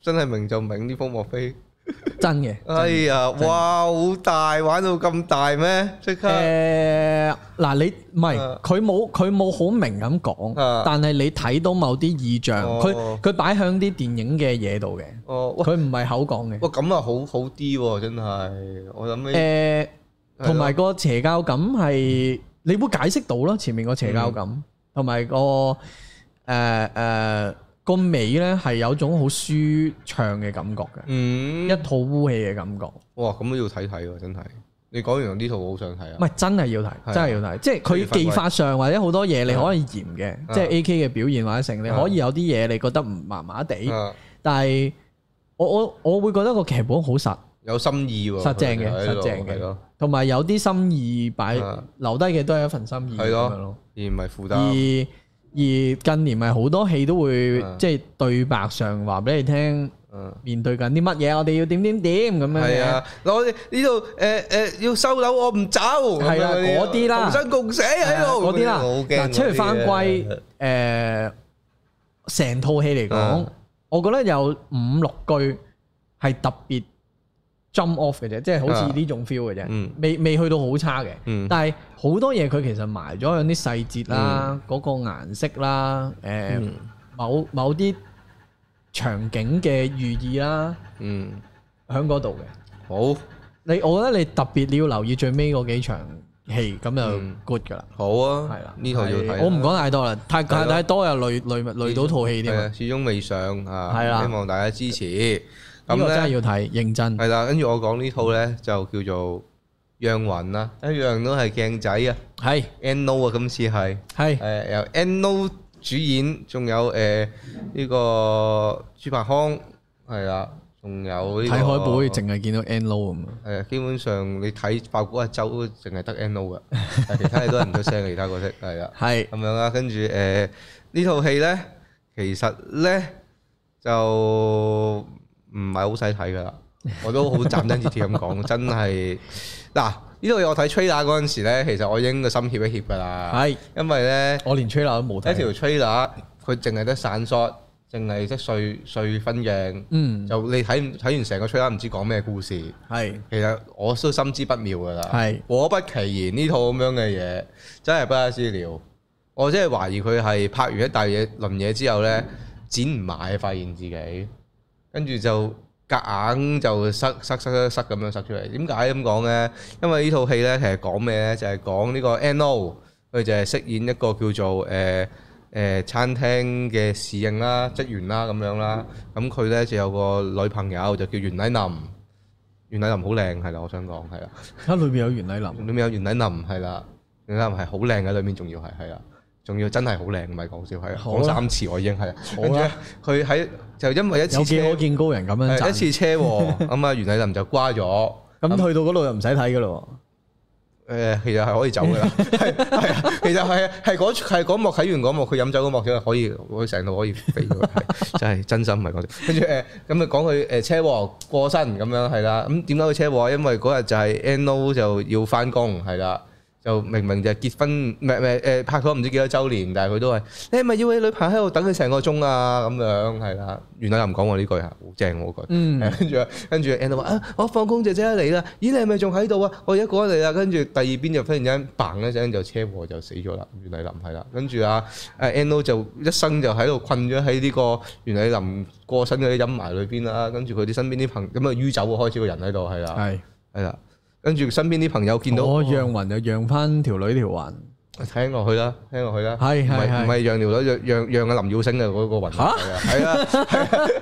S1: 真係明就明呢風莫非。
S2: 真嘅。真嘅
S1: 哎呀，哇，好大，玩到咁大咩？即刻，
S2: 誒嗱，你唔係
S1: 啊
S2: 佢冇佢冇好明咁講
S1: 啊，
S2: 但係你睇到某啲意象，
S1: 哦
S2: 佢佢擺響啲電影嘅嘢度嘅，
S1: 哦，喂，
S2: 佢唔係口講嘅。
S1: 哇，咁啊，好好啲喎，真係，我諗起，
S2: 誒，
S1: 係
S2: 呃同埋個邪教感係你會解釋到咯，前面個邪教
S1: 嗯
S2: 感，同埋個誒誒個尾咧係有種好舒暢嘅感覺嘅，
S1: 嗯，
S2: 一套污氣嘅感覺，唔
S1: 哇，咁都要睇睇喎，真係。你講完呢套，我好想睇啊。
S2: 係真係要睇，
S1: 啊
S2: 真係要睇，即係佢技法上或者好多嘢你可以嫌嘅，
S1: 啊
S2: 即係 A K 嘅表現或者成，你
S1: 啊
S2: 可以有啲嘢你覺得唔麻麻地，
S1: 啊
S2: 但係我我我會覺得個劇本好實。
S1: 有心意喎，
S2: 實正嘅
S1: 佢哋喺度
S2: 實正嘅
S1: 係咯，
S2: 同埋有啲心意擺
S1: 啊
S2: 留低嘅都係一份心意咁
S1: 係咯
S2: 樣咯。
S1: 而唔係負
S2: 而
S1: 擔。
S2: 而近年咪好多戲都會
S1: 啊
S2: 即係對白上話俾你聽，
S1: 嗯，
S2: 面對緊啲乜嘢，我哋要點點點咁樣
S1: 係
S2: 嘅。
S1: 啊，嗱我哋呢度誒誒要收樓，我唔走。
S2: 係啊
S1: 咁樣
S2: 嗰啲啦
S1: 同生共死喺度
S2: 嗰啲啦，
S1: 好驚
S2: 嗱，出去翻歸
S1: 嗰啲啊
S2: 誒，成套戲嚟講
S1: 啊，
S2: 我覺得有五六句係特別 jump off 嘅啫，即係好似呢種 feel 嘅啫
S1: 嗯，
S2: 未未去到好差嘅。
S1: 嗯，
S2: 但係好多嘢佢其實埋咗喺啲細節啦，嗰、個顏色啦，誒、
S1: 嗯
S2: 某某啲場景嘅寓意啦，
S1: 嗯，
S2: 喺嗰度嘅。
S1: 好。
S2: 你我覺得你特別你要留意最尾嗰幾場戲，咁就
S1: 嗯
S2: good 噶啦，
S1: 好啊，
S2: 係啦、
S1: 呢套要睇
S2: 係
S1: 啦。
S2: 我唔講太多啦，太
S1: 係
S2: 太
S1: 咯
S2: 太多又累累累到套戲添
S1: 係啊
S2: 啊。
S1: 始終未上啊，
S2: 係啦
S1: 希望大家支持。
S2: 呢個真
S1: 咁
S2: 係
S1: 咧
S2: 要睇，認真。
S1: 係啦，跟住我講呢套咧就叫做讓雲啦，一樣都係鏡仔啊
S2: 係
S1: ，N.O. 啊，今次係
S2: 係
S1: 誒由 N.O. 主演，仲有誒呢個朱柏康係啦，仲有
S2: 睇
S1: 呢
S2: 海
S1: 個
S2: 報，淨係見到 N low 咁啊。
S1: 係啊，基本上你睇爆谷一周都淨係得 N.O. 噶，係其他嘢都係唔出聲嘅，其他角色係啦。
S2: 係
S1: 咁樣啦，跟住誒呢套戲咧，其實咧就唔係好使睇噶啦，我都好斬釘截鐵咁講，真係嗱呢度我睇 trailer 嗰陣時咧，其實我已經個心怯一怯㗎啦，
S2: 係，
S1: 因為咧。
S2: 我連 trailer 都冇
S1: 一條
S2: 睇。
S1: trailer 佢淨係得散 shot，淨係得碎碎分鏡，
S2: 嗯，
S1: 就你睇唔睇完成個 trailer 唔知講咩故事。
S2: 係
S1: 其實我都心知不妙㗎啦。
S2: 係
S1: 果不其然，呢套咁樣嘅嘢真係不可思料。我真係懷疑佢係拍完一大嘢輪嘢之後呢，剪唔埋，發現自己跟住就夾硬就塞塞塞塞塞咁樣塞出嚟。點解咁講呢？因為呢套戲呢，其實講咩呢？就係講呢個 N.O. 佢就係飾演一個叫做誒。呃誒、餐廳嘅侍應啦、職員啦咁樣啦，咁佢呢就有個女朋友就叫袁澧林，袁澧林好靚係啦，我想講係啦。
S2: 啊，裏面有袁澧林。
S1: 裏面有袁澧林係啦，袁澧林係好靚嘅，裏面仲要係係啦，仲要真係好靚，唔係講笑係，
S2: 好啦
S1: 講三次我已經係。
S2: 好
S1: 跟住
S2: 啦
S1: 呢佢喺就因為一
S2: 有
S1: 次
S2: 見
S1: 車
S2: 我見高人咁樣
S1: 係一
S2: 賺，
S1: 次車禍，咁啊袁澧林就瓜咗。
S2: 咁去到嗰度又唔使睇噶咯
S1: 誒、其實係可以走㗎啦，係係啊，其實係係嗰係嗰幕睇完嗰幕，佢飲酒嗰幕佢可以，佢成度可以飛咗，係真係真心唔係講笑。跟住誒，咁啊講佢誒車禍過身咁樣係啦，咁點解佢車禍？因為嗰日就係 NO 就要翻工係啦。就明明就結婚，唔係唔係誒拍拖唔知幾多週年，但係佢都係你係咪要你女朋友喺度等佢成個鐘啊咁樣係啦。原來又唔講我呢句係好正我句，
S2: 嗯
S1: 係跟住跟住 Anna 話啊，我放工就即刻嚟啦。咦，你係咪仲喺度啊？我而家過咗嚟啦。跟住第二邊就忽然間嘭一聲就車禍就死咗啦。袁麗林係啦，跟住啊誒 Anna 就一生就喺度困咗喺呢個袁麗林過身嗰啲陰霾裏邊啦。跟住佢啲身邊啲朋咁啊酗酒啊開始個人喺度係
S2: 喎。
S1: 啦
S2: 係，哦
S1: 係啦，跟住身邊啲朋友見到哦
S2: 我讓雲就讓翻條女
S1: <laughs>
S2: 條雲。
S1: 聽落去啦，聽落去啦，
S2: 係係
S1: 唔係
S2: 係
S1: 唔係讓條女讓讓讓阿林耀星嘅嗰個雲係啊，係啊，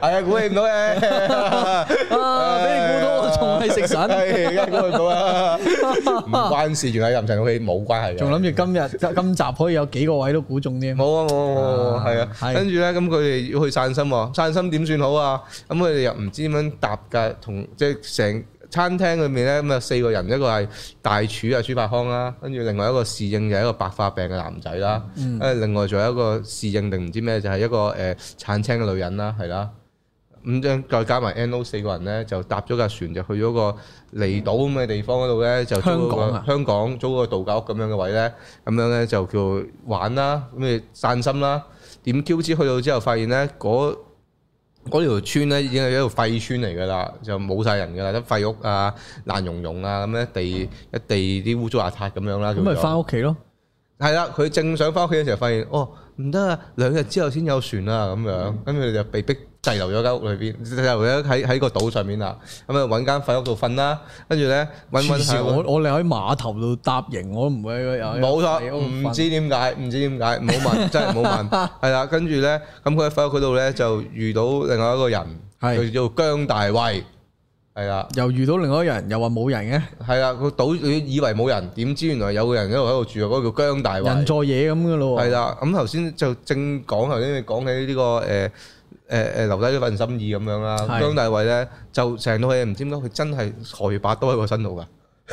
S1: 係啊，估你唔到嘅，
S2: 啊！俾你估到我仲係
S1: <laughs>
S2: 食神，
S1: 係梗係估唔到啦，
S2: <laughs>
S1: 唔關事，原來任晨套戲冇關係嘅，
S2: 仲諗住今日今集可以有幾個位都估中添。
S1: 冇啊冇啊冇啊，
S2: 啊
S1: 係啊，
S2: 係
S1: 跟住咧咁佢哋要去散心喎，散心點算好啊？咁佢哋又唔知點樣搭㗎，同即係成餐廳裏面咧咁啊四個人，一個係大廚啊朱柏康啦，跟住另外一個侍應就係一個白化病嘅男仔啦，
S2: 嗯
S1: 跟住另外仲有一個侍應定唔知咩就係一個誒餐廳嘅女人啦，係啦。咁將再加埋 N.O. 四個人咧，就搭咗架船就去咗個離島咁嘅地方嗰度咧，就租咗個
S2: 香港啊
S1: 香港租個度假屋咁樣嘅位咧，咁樣咧就叫玩啦，咁你散心啦。點 Q 知去到之後，發現咧嗰嗰條村咧已經係一條廢村嚟㗎啦，就冇晒人㗎啦，得廢屋啊、爛溶溶啊咁樣地一地啲污糟邋遢咁樣啦。
S2: 咁咪
S1: 叫做
S2: 翻屋企咯。
S1: 係啦，佢正想翻屋企嘅時候，發現哦唔得啊，兩日之後先有船啊咁樣，
S2: 嗯
S1: 跟住佢就被逼滯留咗間屋裏邊，滯留咗喺喺個島上面啦。咁啊揾間廢屋度瞓啦，跟住咧揾揾
S2: 黐
S1: 下
S2: 線我我哋喺碼頭度搭營，我唔會有
S1: 冇錯，
S2: 有
S1: 唔知點解，唔知點解，唔好
S2: <laughs>
S1: 問，真係唔好問。係啦，跟住咧，咁佢喺廢屋嗰度咧就遇到另外一個人，
S2: 係
S1: 佢叫做姜大衛，係啦。
S2: 又遇到另外一個人，又話冇人嘅，
S1: 係啦，個島你以為冇人，點知原來有個人喺度喺度住啊！嗰、個叫姜大
S2: 人
S1: 衛，
S2: 在嘢咁嘅咯喎。
S1: 係啦。咁頭先就正講頭先你講起呢、個誒誒誒留低咗份心意咁樣啦。
S2: 係
S1: 姜大衛咧就成套嘢唔知點解佢真係財帛都喺個身度㗎。 <laughs>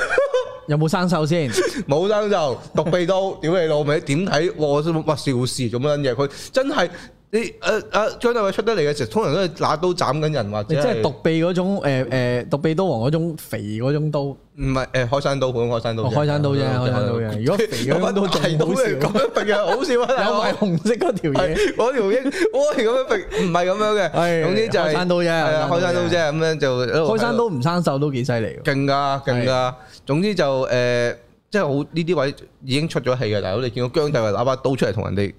S2: 有冇生鏽先？
S1: 冇生就毒鼻刀， <laughs> 屌你老味！點睇？我心諗哇，邵氏做乜撚嘢？佢真係你誒誒張大偉出得嚟嘅時候，通常都係拿刀斬緊人或
S2: 你
S1: 者
S2: 即係
S1: 係
S2: 獨臂嗰種誒誒獨臂刀王嗰種肥嗰種刀，我
S1: 唔係誒開山刀，普通開山刀啫。
S2: 哦開山刀啫，
S1: 係
S2: 開山
S1: <laughs>
S2: 刀啫。如果肥嗰種刀仲好
S1: 係咁
S2: 笑， <laughs>
S1: 樣揈嘅，好笑啊！大
S2: 有
S1: 佬
S2: 埋紅色嗰條嘢。
S1: 係我條英，我係咁樣揈，唔係咁樣嘅。
S2: 係
S1: 總之就係
S2: 開山刀啫
S1: 係啊，開山
S2: 開山
S1: 刀
S2: 刀
S1: 啫，
S2: 啫
S1: 咁樣就
S2: 開
S1: 開
S2: 山刀唔生鏽都幾犀利喎。
S1: 勁噶，勁噶。總之就誒、呃即係好呢啲位已經出咗氣嘅大佬。你見到姜大衛拿把刀出嚟同人哋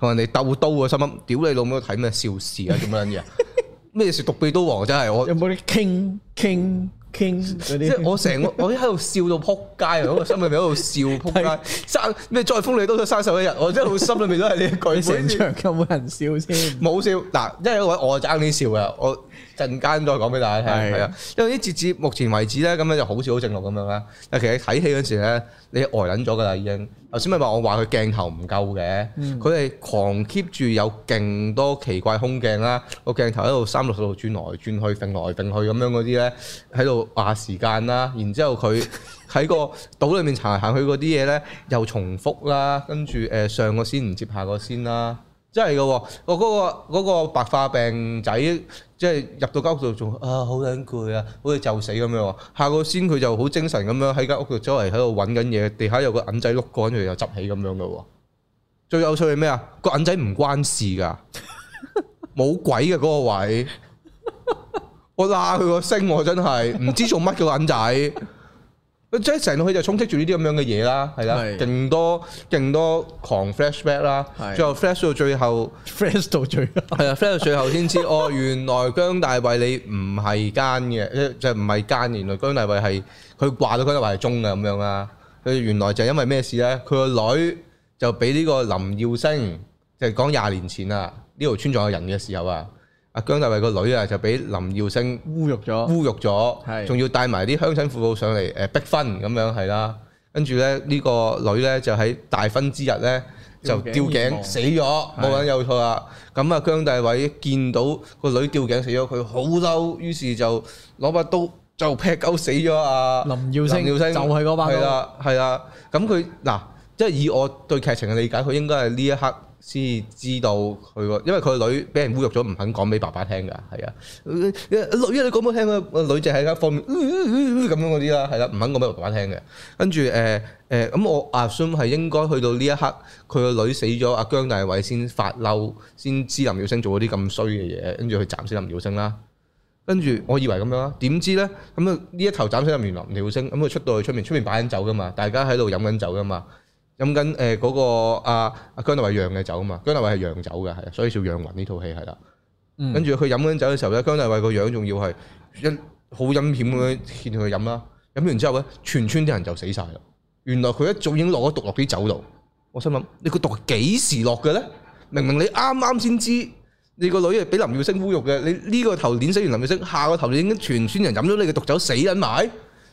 S1: 同人哋鬥刀啊，心諗屌你老母睇咩邵氏啊，做乜
S2: <laughs>
S1: 撚嘢？咩事獨臂刀王真係我
S2: 有，冇啲傾傾傾嗰
S1: 即係
S2: 啲？
S1: 我成個我喺度笑到撲街啊！我個心裏面喺度笑
S2: <laughs>
S1: 撲
S2: 係
S1: 街，生咩再封你刀都生手一日，我真係好心裏面都係呢一句。
S2: 你
S1: 每
S2: 成
S1: 次
S2: 場有冇人笑先？
S1: 冇笑嗱，因為嗰位我爭啲笑嘅，我陣間再講俾大家聽。
S2: 係
S1: 係啊，因為啲截至目前為止咧，咁樣就好似好正路咁樣啦。但其實睇戲嗰時咧，你呆撚咗㗎啦已經。頭先咪話我話佢鏡頭唔夠嘅，佢係、狂 keep 住有勁多奇怪空鏡啦，個鏡頭喺度三六十度轉來轉去、揈來揈去咁樣嗰啲咧，喺度話時間啦，然之後佢。喺個島裏面呃行嚟行去嗰啲嘢咧，又重複啦，跟住誒上個先唔接下個先啦，真係嘅喎，我嗰、個嗰個白化病仔，即係入到間屋度仲啊好撚攰啊，好似就死咁樣喎。下個先佢就好精神咁樣喺間屋度周圍喺度揾緊嘢，地下有個銀仔碌過，跟住又執起咁樣嘅喎。最有趣係咩啊？個銀仔唔關事㗎，冇鬼嘅嗰個位，我拉佢個星喎，真係唔知做乜嘅個銀仔。即係成套戲就充斥住呢啲咁樣嘅嘢啦，係啦，
S2: 係
S1: 勁多勁多狂 flashback 啦，
S2: 係
S1: 最後 flash 到最後
S2: friends 到最後
S1: 係啊，flash 到最後先知哦，原來姜大衛你唔係奸嘅，即就唔係奸，原來姜大衛係佢話到姜大衛係忠嘅咁樣啦。佢原來就因為咩事咧？佢個女就俾呢個林耀星，就係講廿年前啊，呢條村仲有人嘅時候啊，阿姜大衛個女啊就俾林耀星。
S2: 侮辱咗，
S1: 侮辱咗，
S2: 係
S1: 仲要帶埋啲鄉親父母上嚟誒逼婚咁樣係啦。跟住咧呢個女咧就喺大婚之日咧就吊
S2: 吊頸而
S1: 頸
S2: 亡
S1: 死咗，冇人有錯啦。咁啊姜大偉見到個女吊頸死咗，佢好嬲，於是就攞把刀就劈鳩死咗啊！
S2: 林耀星就係嗰把刀
S1: 係啦係啦。咁佢嗱即係以我對劇情嘅理解，佢應該係呢一刻。先知道佢個，因為佢個女俾人侮辱咗，唔肯講俾爸爸聽㗎，係啊，女啊你講冇聽啊，個女仔喺間房面呃呃呃咁樣嗰啲啦，係啦，唔肯講俾爸爸聽嘅。跟住誒誒，咁我 assume 係應該去到呢一刻，佢個女死咗，阿姜大偉先發嬲，先知林耀星做咗啲咁衰嘅嘢，跟住佢斬死林耀星啦。跟住我以為咁樣啦，點知咧咁啊呢一頭斬死林林耀星，咁佢啊出到去出面，出面擺緊酒噶嘛，大家喺度飲緊酒噶嘛。飲緊誒嗰個阿阿姜大衛釀嘅酒啊嘛，姜大衛係釀酒嘅，係啊，所以叫釀魂呢套戲係啦。
S2: 嗯
S1: 跟住佢飲緊酒嘅時候咧，姜大衛個樣仲要係一好陰險咁樣見佢飲啦。飲完之後咧，全村啲人就死晒啦。原來佢一早已經落咗毒落啲酒度。我心諗：你個毒係幾時落嘅咧？明明你啱啱先知，你個女係俾林耀星侮辱嘅，你呢個頭碾死完林耀星，下個頭已經全村人飲咗你嘅毒酒死緊埋。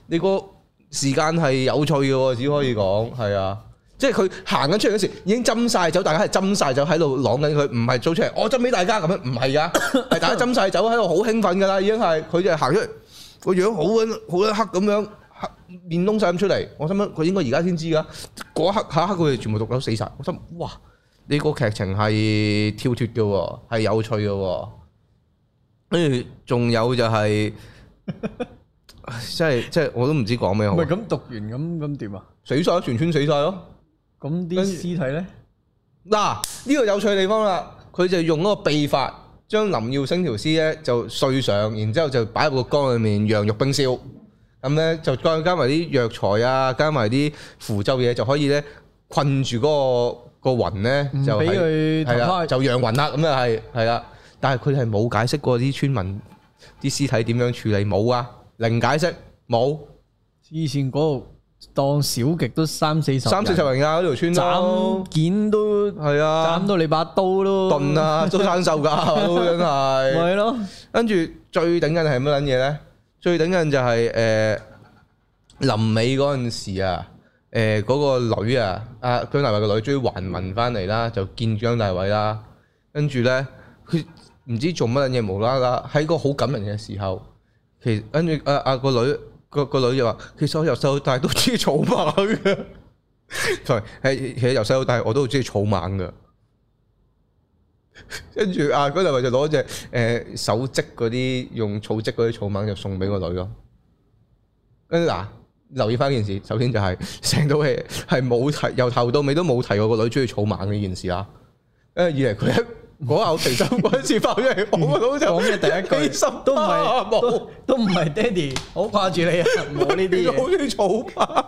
S1: 你個時間係有趣嘅喎，只可以講係啊。即係佢行緊出嚟嗰時，已經斟晒酒，大家係斟晒酒喺度朗緊佢，唔係做出嚟，我斟俾大家咁樣，唔係噶，係大家斟晒酒喺度好興奮㗎啦，已經係佢就行出嚟，個樣好撚好撚黑咁樣，黑面窿晒咁出嚟，我心諗佢應該而家先知㗎，嗰一刻下一刻佢哋全部毒瘤死晒。我心諗哇，呢、個劇情係跳脱嘅喎，係有趣嘅喎，跟住仲有就係、唉即係即係我都唔知講咩好
S2: 唔，係咁讀完咁咁點啊？
S1: 死晒全村死晒咯。
S2: 咁啲
S1: 跟住
S2: 屍體咧，
S1: 嗱，呢個有趣嘅地方啦，佢就用嗰個秘法將林耀星條屍咧就碎上，然之後就擺入個缸裏面羊肉冰燒。咁咧就再加埋啲藥材啊，加埋啲符咒嘢，就可以咧困住嗰、個個雲咧，
S2: 唔
S1: 就係係
S2: 俾佢投
S1: 啦，
S2: 胎
S1: 就讓雲啦，咁啊係係啦。但係佢哋係冇解釋過啲村民啲屍體點樣處理，冇啊，零解釋冇。
S2: 以前嗰度當小極都三四十，
S1: 三四十人㗎嗰條村都
S2: 斬件都
S1: 係啊
S2: 斬，到你把刀都
S1: 鈍，啊，都生鏽㗎，都真係。
S2: 咪係咯，
S1: 跟住最頂緊係乜撚嘢咧？最頂緊就係、誒、臨尾嗰陣時啊，誒、嗰、個女啊，阿姜大衛個女追還民翻嚟啦，就見姜大衛啦。跟住咧，佢唔知做乜撚嘢，無啦啦喺個好感人嘅時候，其實跟住阿阿個女個個女就話：其實我由細到大都中意草蜢嘅。 <laughs> 係係其實由細到大我都中意草蜢嘅。跟住啊，嗰度咪就攞隻誒手織嗰啲用草織嗰啲草蜢就送俾個女咯。跟住嗱，留意翻件事，首先就係、 <laughs> 成套戲係冇提，由頭到尾都冇提過個女中意草蜢呢件事啦。跟住以嚟佢一嗰口其心嗰陣時爆出嚟，我個腦就
S2: 嗯講嘅第一
S1: 起
S2: 句
S1: 心
S2: 都唔
S1: 啊
S2: 係
S1: 冇。
S2: 都都唔係爹哋，好掛住
S1: <laughs>
S2: 你啊！冇呢 <laughs> 啲嘢
S1: 好。中意草蜢，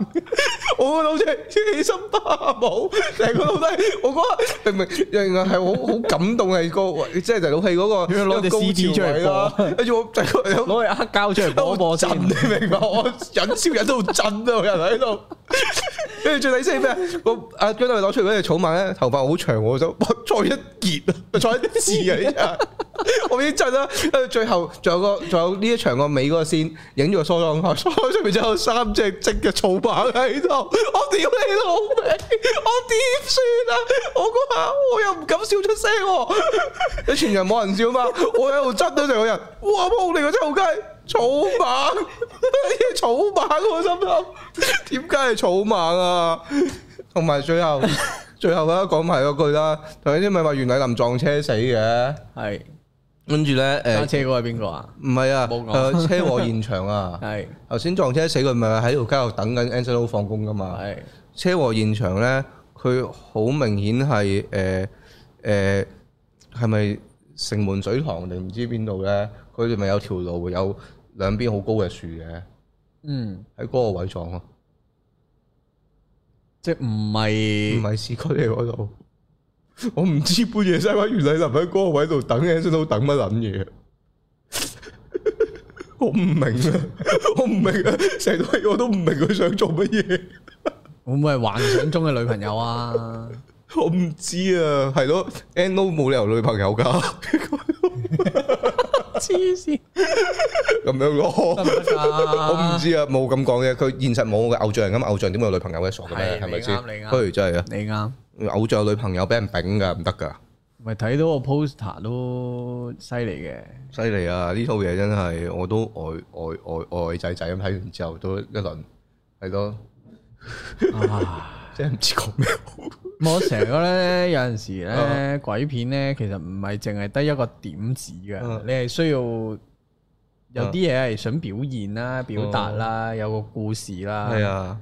S1: 我個腦真係起心巴舞，成個腦都係我嗰刻明明原來係好 <laughs> 好感動係個位，即係就老戲嗰個
S2: 要攞隻
S1: 高
S2: CD 出
S1: 潮位
S2: 嚟播
S1: 啦，跟住我 <laughs> 就有
S2: 攞嚟黑膠出嚟播一播先
S1: 震，。你明白？我忍笑忍到震啊！我人喺度， <laughs> 跟住最底先咩？啊個阿姜大衛攞出嚟嗰隻草蜢咧，頭髮好長，我就哇再一截啊，再一截啊！呢下我已經震啦。跟住最後仲有個仲有呢一場個尾嗰個先影咗個梳妝台，梳妝台上面就有三隻織嘅草蜢喺度。我屌你老味！我點算啊？我嗰下我又唔敢笑出聲喎、你全場冇人笑嘛？我喺度震到成個人，哇！仆你個臭街！草蜢，乜嘢草蜢我心諗，點解係草蜢啊？同埋最後最後咧講埋嗰句啦，頭先咪話袁禮林撞車死嘅，
S2: 係
S1: 跟住咧
S2: 揸
S1: 誒
S2: 車嗰個係邊個啊？
S1: 唔係啊，
S2: 冇我
S1: 誒車禍現場啊，
S2: <laughs> 係
S1: 頭先撞車死佢咪喺條街度等緊 Angelo 放工噶嘛，
S2: 係
S1: 車禍現場咧佢好明顯係誒誒係咪城門水塘定唔知邊度咧？佢哋咪有條路有兩邊好高嘅樹嘅，
S2: 嗯，
S1: 喺嗰個位撞咯，
S2: 即係
S1: 唔
S2: 唔係
S1: 係市區嚟嗰度。我唔知半夜三更原來林喺嗰個位度等 Angelo 等乜撚嘢。我唔明啊！我唔明啊！成套戲我都唔明佢想做乜嘢。
S2: 會唔會係幻想中嘅女朋友啊？
S1: 我唔知啊，係咯，N O 冇理由女朋友 <laughs> 噶，
S2: 黐線
S1: 咁樣
S2: 得
S1: 咯
S2: 唔。得㗎？
S1: 我唔知啊，冇咁講嘅。佢現實冇嘅偶像咁，偶像點會有女朋友嘅傻嘅咩？
S2: 係
S1: 係咪
S2: 你啱你
S1: 先？
S2: 啱
S1: 不如真係啊，
S2: 你啱，
S1: 偶像有女朋友俾人丙噶，唔得噶，
S2: 咪睇到個 poster 都犀利嘅。
S1: 犀利啊！呢套嘢真係我都呆呆呆呆仔仔咁睇完之後都一輪，係咯，
S2: 啊
S1: 真係唔知講咩好。
S2: 我成日覺得咧，有陣時
S1: 啊
S2: 咧，鬼片咧，其實唔係淨係得一個點子嘅
S1: 嗯，
S2: 你係需要有啲嘢係想表現啦、表達啦，有個故事啦，
S1: 啊係啊，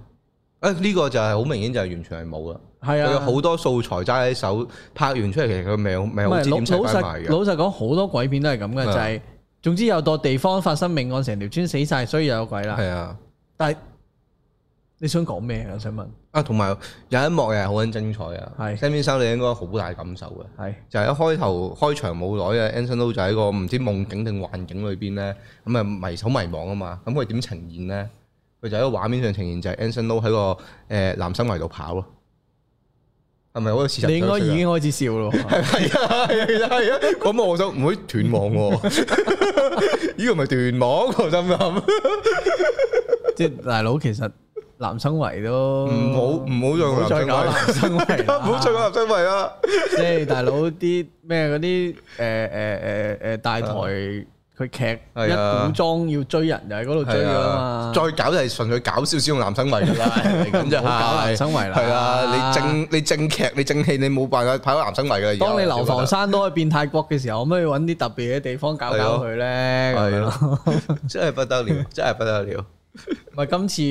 S1: 誒呢個就係好明顯就係完全係冇啦。
S2: 係
S1: 佢有
S2: 啊，
S1: 好多素材揸喺手拍完出嚟，其實佢未好未
S2: 唔
S1: 好
S2: 係
S1: 知
S2: 老
S1: 點砌
S2: 老
S1: 翻埋
S2: 實
S1: 嘅。
S2: 老實講，好多鬼片都係咁嘅，
S1: 係啊
S2: 就係總之有個地方發生命案，成條村死晒，所以又有鬼啦。
S1: 係啊。
S2: 但係你想講咩啊？我想問，
S1: 啊，同埋有一幕又係好撚精彩啊！
S2: 係
S1: Sam 先生，你應該好大感受啊嘅，
S2: 係
S1: 就係、一開頭開場冇耐啊，Anson Lo 就喺個唔知夢境定幻境裏邊咧，咁啊迷手迷惘啊嘛，咁佢點呈現咧？佢就喺個畫面上呈現就係 Anson Lo 喺個誒、呃、男生圍度跑咯，係咪好有事實
S2: 你應該
S1: 相似啊
S2: 已經開始笑咯。
S1: 係啊係啊係啊，咁我就唔會斷網喎，呢個咪斷網我心諗。
S2: 即係大佬，其實男生圍都
S1: 唔好唔好再
S2: 嗯唔好再搞
S1: 講
S2: 男
S1: <laughs>
S2: 生圍啦，
S1: 唔好再講男生圍啦，
S2: 即係大佬啲咩嗰啲誒誒誒誒大台佢劇
S1: 係啊
S2: 一古裝要追人就喺嗰度追
S1: 係
S2: 㗎
S1: 啊
S2: 嘛，，
S1: 再搞就係純粹搞少少用男生圍㗎啦，咁就
S2: 唔好搞男生圍啦
S1: 係啊，你正你正劇你正戲你冇辦法拍到男生圍㗎啦。而家
S2: 當你流浮山都可以變泰國嘅時候，可唔可以揾啲特別嘅地方搞搞佢咧？
S1: 係
S2: 咁樣
S1: 咯
S2: 咯，
S1: <laughs> 真係不得了，真係不得
S2: <laughs>
S1: 了。
S2: 咪今次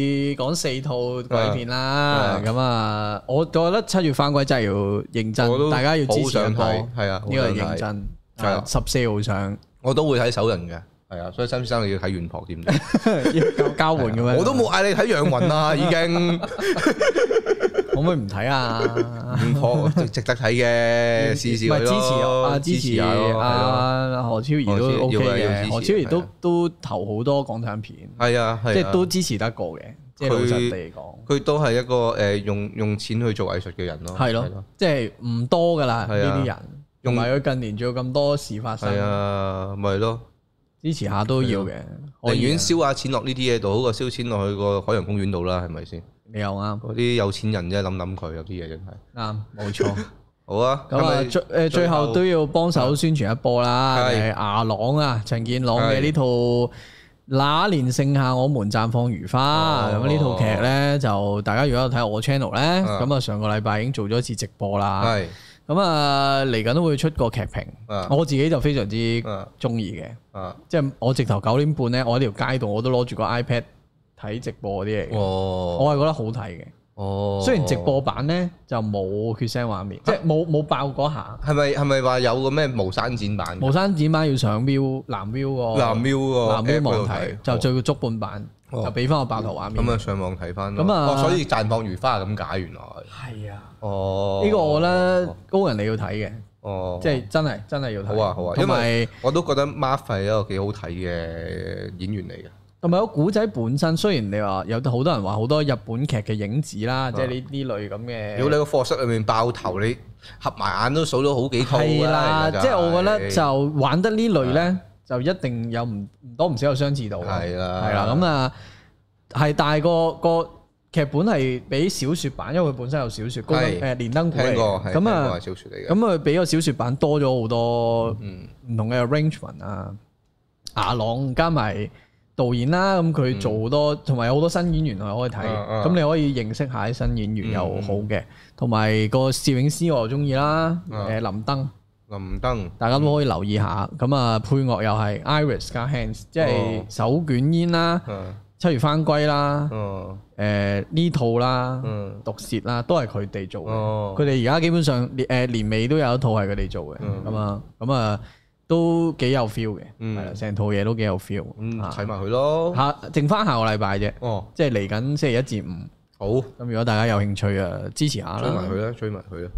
S2: 講四套鬼片啦
S1: 啊，
S2: 咁啊，我覺得七月翻歸真係要認
S1: 我都
S2: 真，大家要支
S1: 好
S2: 持一
S1: 想
S2: 波，
S1: 睇
S2: 呢
S1: 係啊，
S2: 個係
S1: 好想
S2: 認
S1: 睇，
S2: 真，
S1: 係啊
S2: 啊十四號上。 <laughs>
S1: 我都會睇首人嘅，係啊，所以三先生你要睇原撲添。
S2: <laughs> 要交交換咁樣，
S1: 啊 <laughs> 我都冇嗌你睇楊雲
S2: <laughs>
S1: 啦，已經
S2: 可唔可以唔睇
S1: <laughs>
S2: 啊？
S1: 原撲值值得睇嘅，試試
S2: 咪
S1: 佢
S2: 支持
S1: 咯
S2: 啊！支持
S1: 下咯係咯
S2: 啊！何超儀都
S1: 何超
S2: OK
S1: 要啊要支
S2: 嘅，
S1: 持
S2: 何超儀
S1: 係
S2: 都
S1: 啊
S2: 都投好多港產片，
S1: 係啊，哦係啊
S2: 即係都支持得過嘅，即係老實地講，
S1: 佢都係一個誒、呃用用錢去做藝術嘅人咯，
S2: 係咯，，即係唔多噶啦
S1: 係啊
S2: 呢啲人，同埋佢近年仲有咁多事發
S1: 係
S2: 生，
S1: 啊，咪咯，
S2: 支持下都要嘅。可
S1: 寧
S2: 以啊
S1: 願
S2: 嘅
S1: 燒下錢落呢啲嘢度，好過燒錢落去個海洋公園度啦，係咪先？
S2: 你又啱
S1: 嗰啲有錢人真係諗諗佢，有啲嘢真係
S2: 啱，冇錯。
S1: 好啊。
S2: 咁啊，最誒最後都要幫手宣傳一波啦，
S1: 係
S2: 係阿朗啊，陳健朗嘅呢套《那年盛夏我們綻放如花》
S1: 哦
S2: 咁呢套劇咧就大家如果有睇我 channel 咧，
S1: 啊
S2: 咁啊上個禮拜已經做咗一次直播啦，
S1: 係
S2: 咁啊嚟緊都會出個劇評
S1: 啊，
S2: 我自己就非常之
S1: 啊
S2: 中意嘅，
S1: 啊，
S2: 即係我直頭九點半咧，我喺條街度我都攞住個 iPad 睇直播嗰啲嚟嘅，
S1: 哦
S2: 我係覺得好睇嘅，
S1: 哦，
S2: 雖然直播版咧就冇血腥畫面，即係冇冇爆嗰下。
S1: 係咪係咪話有個咩無山展版
S2: 無山展版要上 view 藍 view 個
S1: 藍喵個
S2: 藍 view
S1: app 嗰
S2: 網
S1: 度
S2: 睇
S1: 睇，
S2: 就最足半版，
S1: 哦
S2: 就俾翻個爆頭畫面。
S1: 咁啊上網睇翻
S2: 咁啊
S1: 哦所以綻放如花係咁解原來
S2: 係啊，
S1: 哦
S2: 呢個我覺得高人你要睇嘅，
S1: 哦
S2: 即係真係真係要睇。
S1: 好啊好啊，
S2: 同
S1: 因
S2: 埋
S1: 為我都覺得 Mark 係一個幾好睇嘅演員嚟嘅，
S2: 同埋個古仔本身，雖然你話有好多人話好多日本劇嘅影子啦，即係呢呢類咁
S1: 如果你
S2: 嘅。
S1: 個課室裏面爆頭，你合埋眼都數到好幾套
S2: 係啦，
S1: 而家
S2: 即係我覺得
S1: 係
S2: 就玩得呢類咧，就一定有唔唔多唔少有相似度。
S1: 係啦
S2: 係啦，咁啊係，但係個個劇本係比小説版，因為佢本身有小説，高登
S1: 係
S2: 誒連登股嚟
S1: 聽過係聽
S2: 嘅，咁
S1: 過
S2: 啊
S1: 係小説嚟嘅，
S2: 咁啊比個小説版多咗好多
S1: 嗯
S2: 唔同嘅 arrangement 啊，牙朗加埋導演啦，咁佢做好多，同埋有好多新演員係可以睇，
S1: 啊啊
S2: 咁你可以認識下啲新演員又好嘅，同埋個攝影師我又中意啦，
S1: 啊
S2: 誒林登，
S1: 林登
S2: 大家都可以留意下。咁啊配樂又係 Iris 加 Hands，即
S1: 哦
S2: 係手捲煙啦、
S1: 嗯
S2: 七月翻歸啦、
S1: 嗯
S2: 誒呢套啦、
S1: 嗯
S2: 毒舌啦，都係佢哋做嘅。
S1: 哦
S2: 佢哋而家基本上年誒年尾都有一套係佢哋做嘅，
S1: 嗯
S2: 咁啊咁啊都幾有 feel 嘅，
S1: 嗯
S2: 係啦，成套嘢都幾有 feel。
S1: 咁
S2: 啊
S1: 睇埋佢咯。
S2: 下剩翻下個禮拜啫，
S1: 哦，
S2: 即係嚟緊星期一至五。
S1: 好，
S2: 咁如果大家有興趣啊，支持下
S1: 追埋
S2: 啦，
S1: 佢啦，追埋佢啦。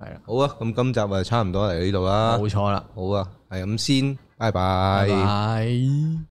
S2: 係啦，
S1: 好啊，咁今集啊差唔多嚟呢度啦。
S2: 冇錯啦，
S1: 好啊，係咁先，拜
S2: 拜
S1: 拜。
S2: 拜。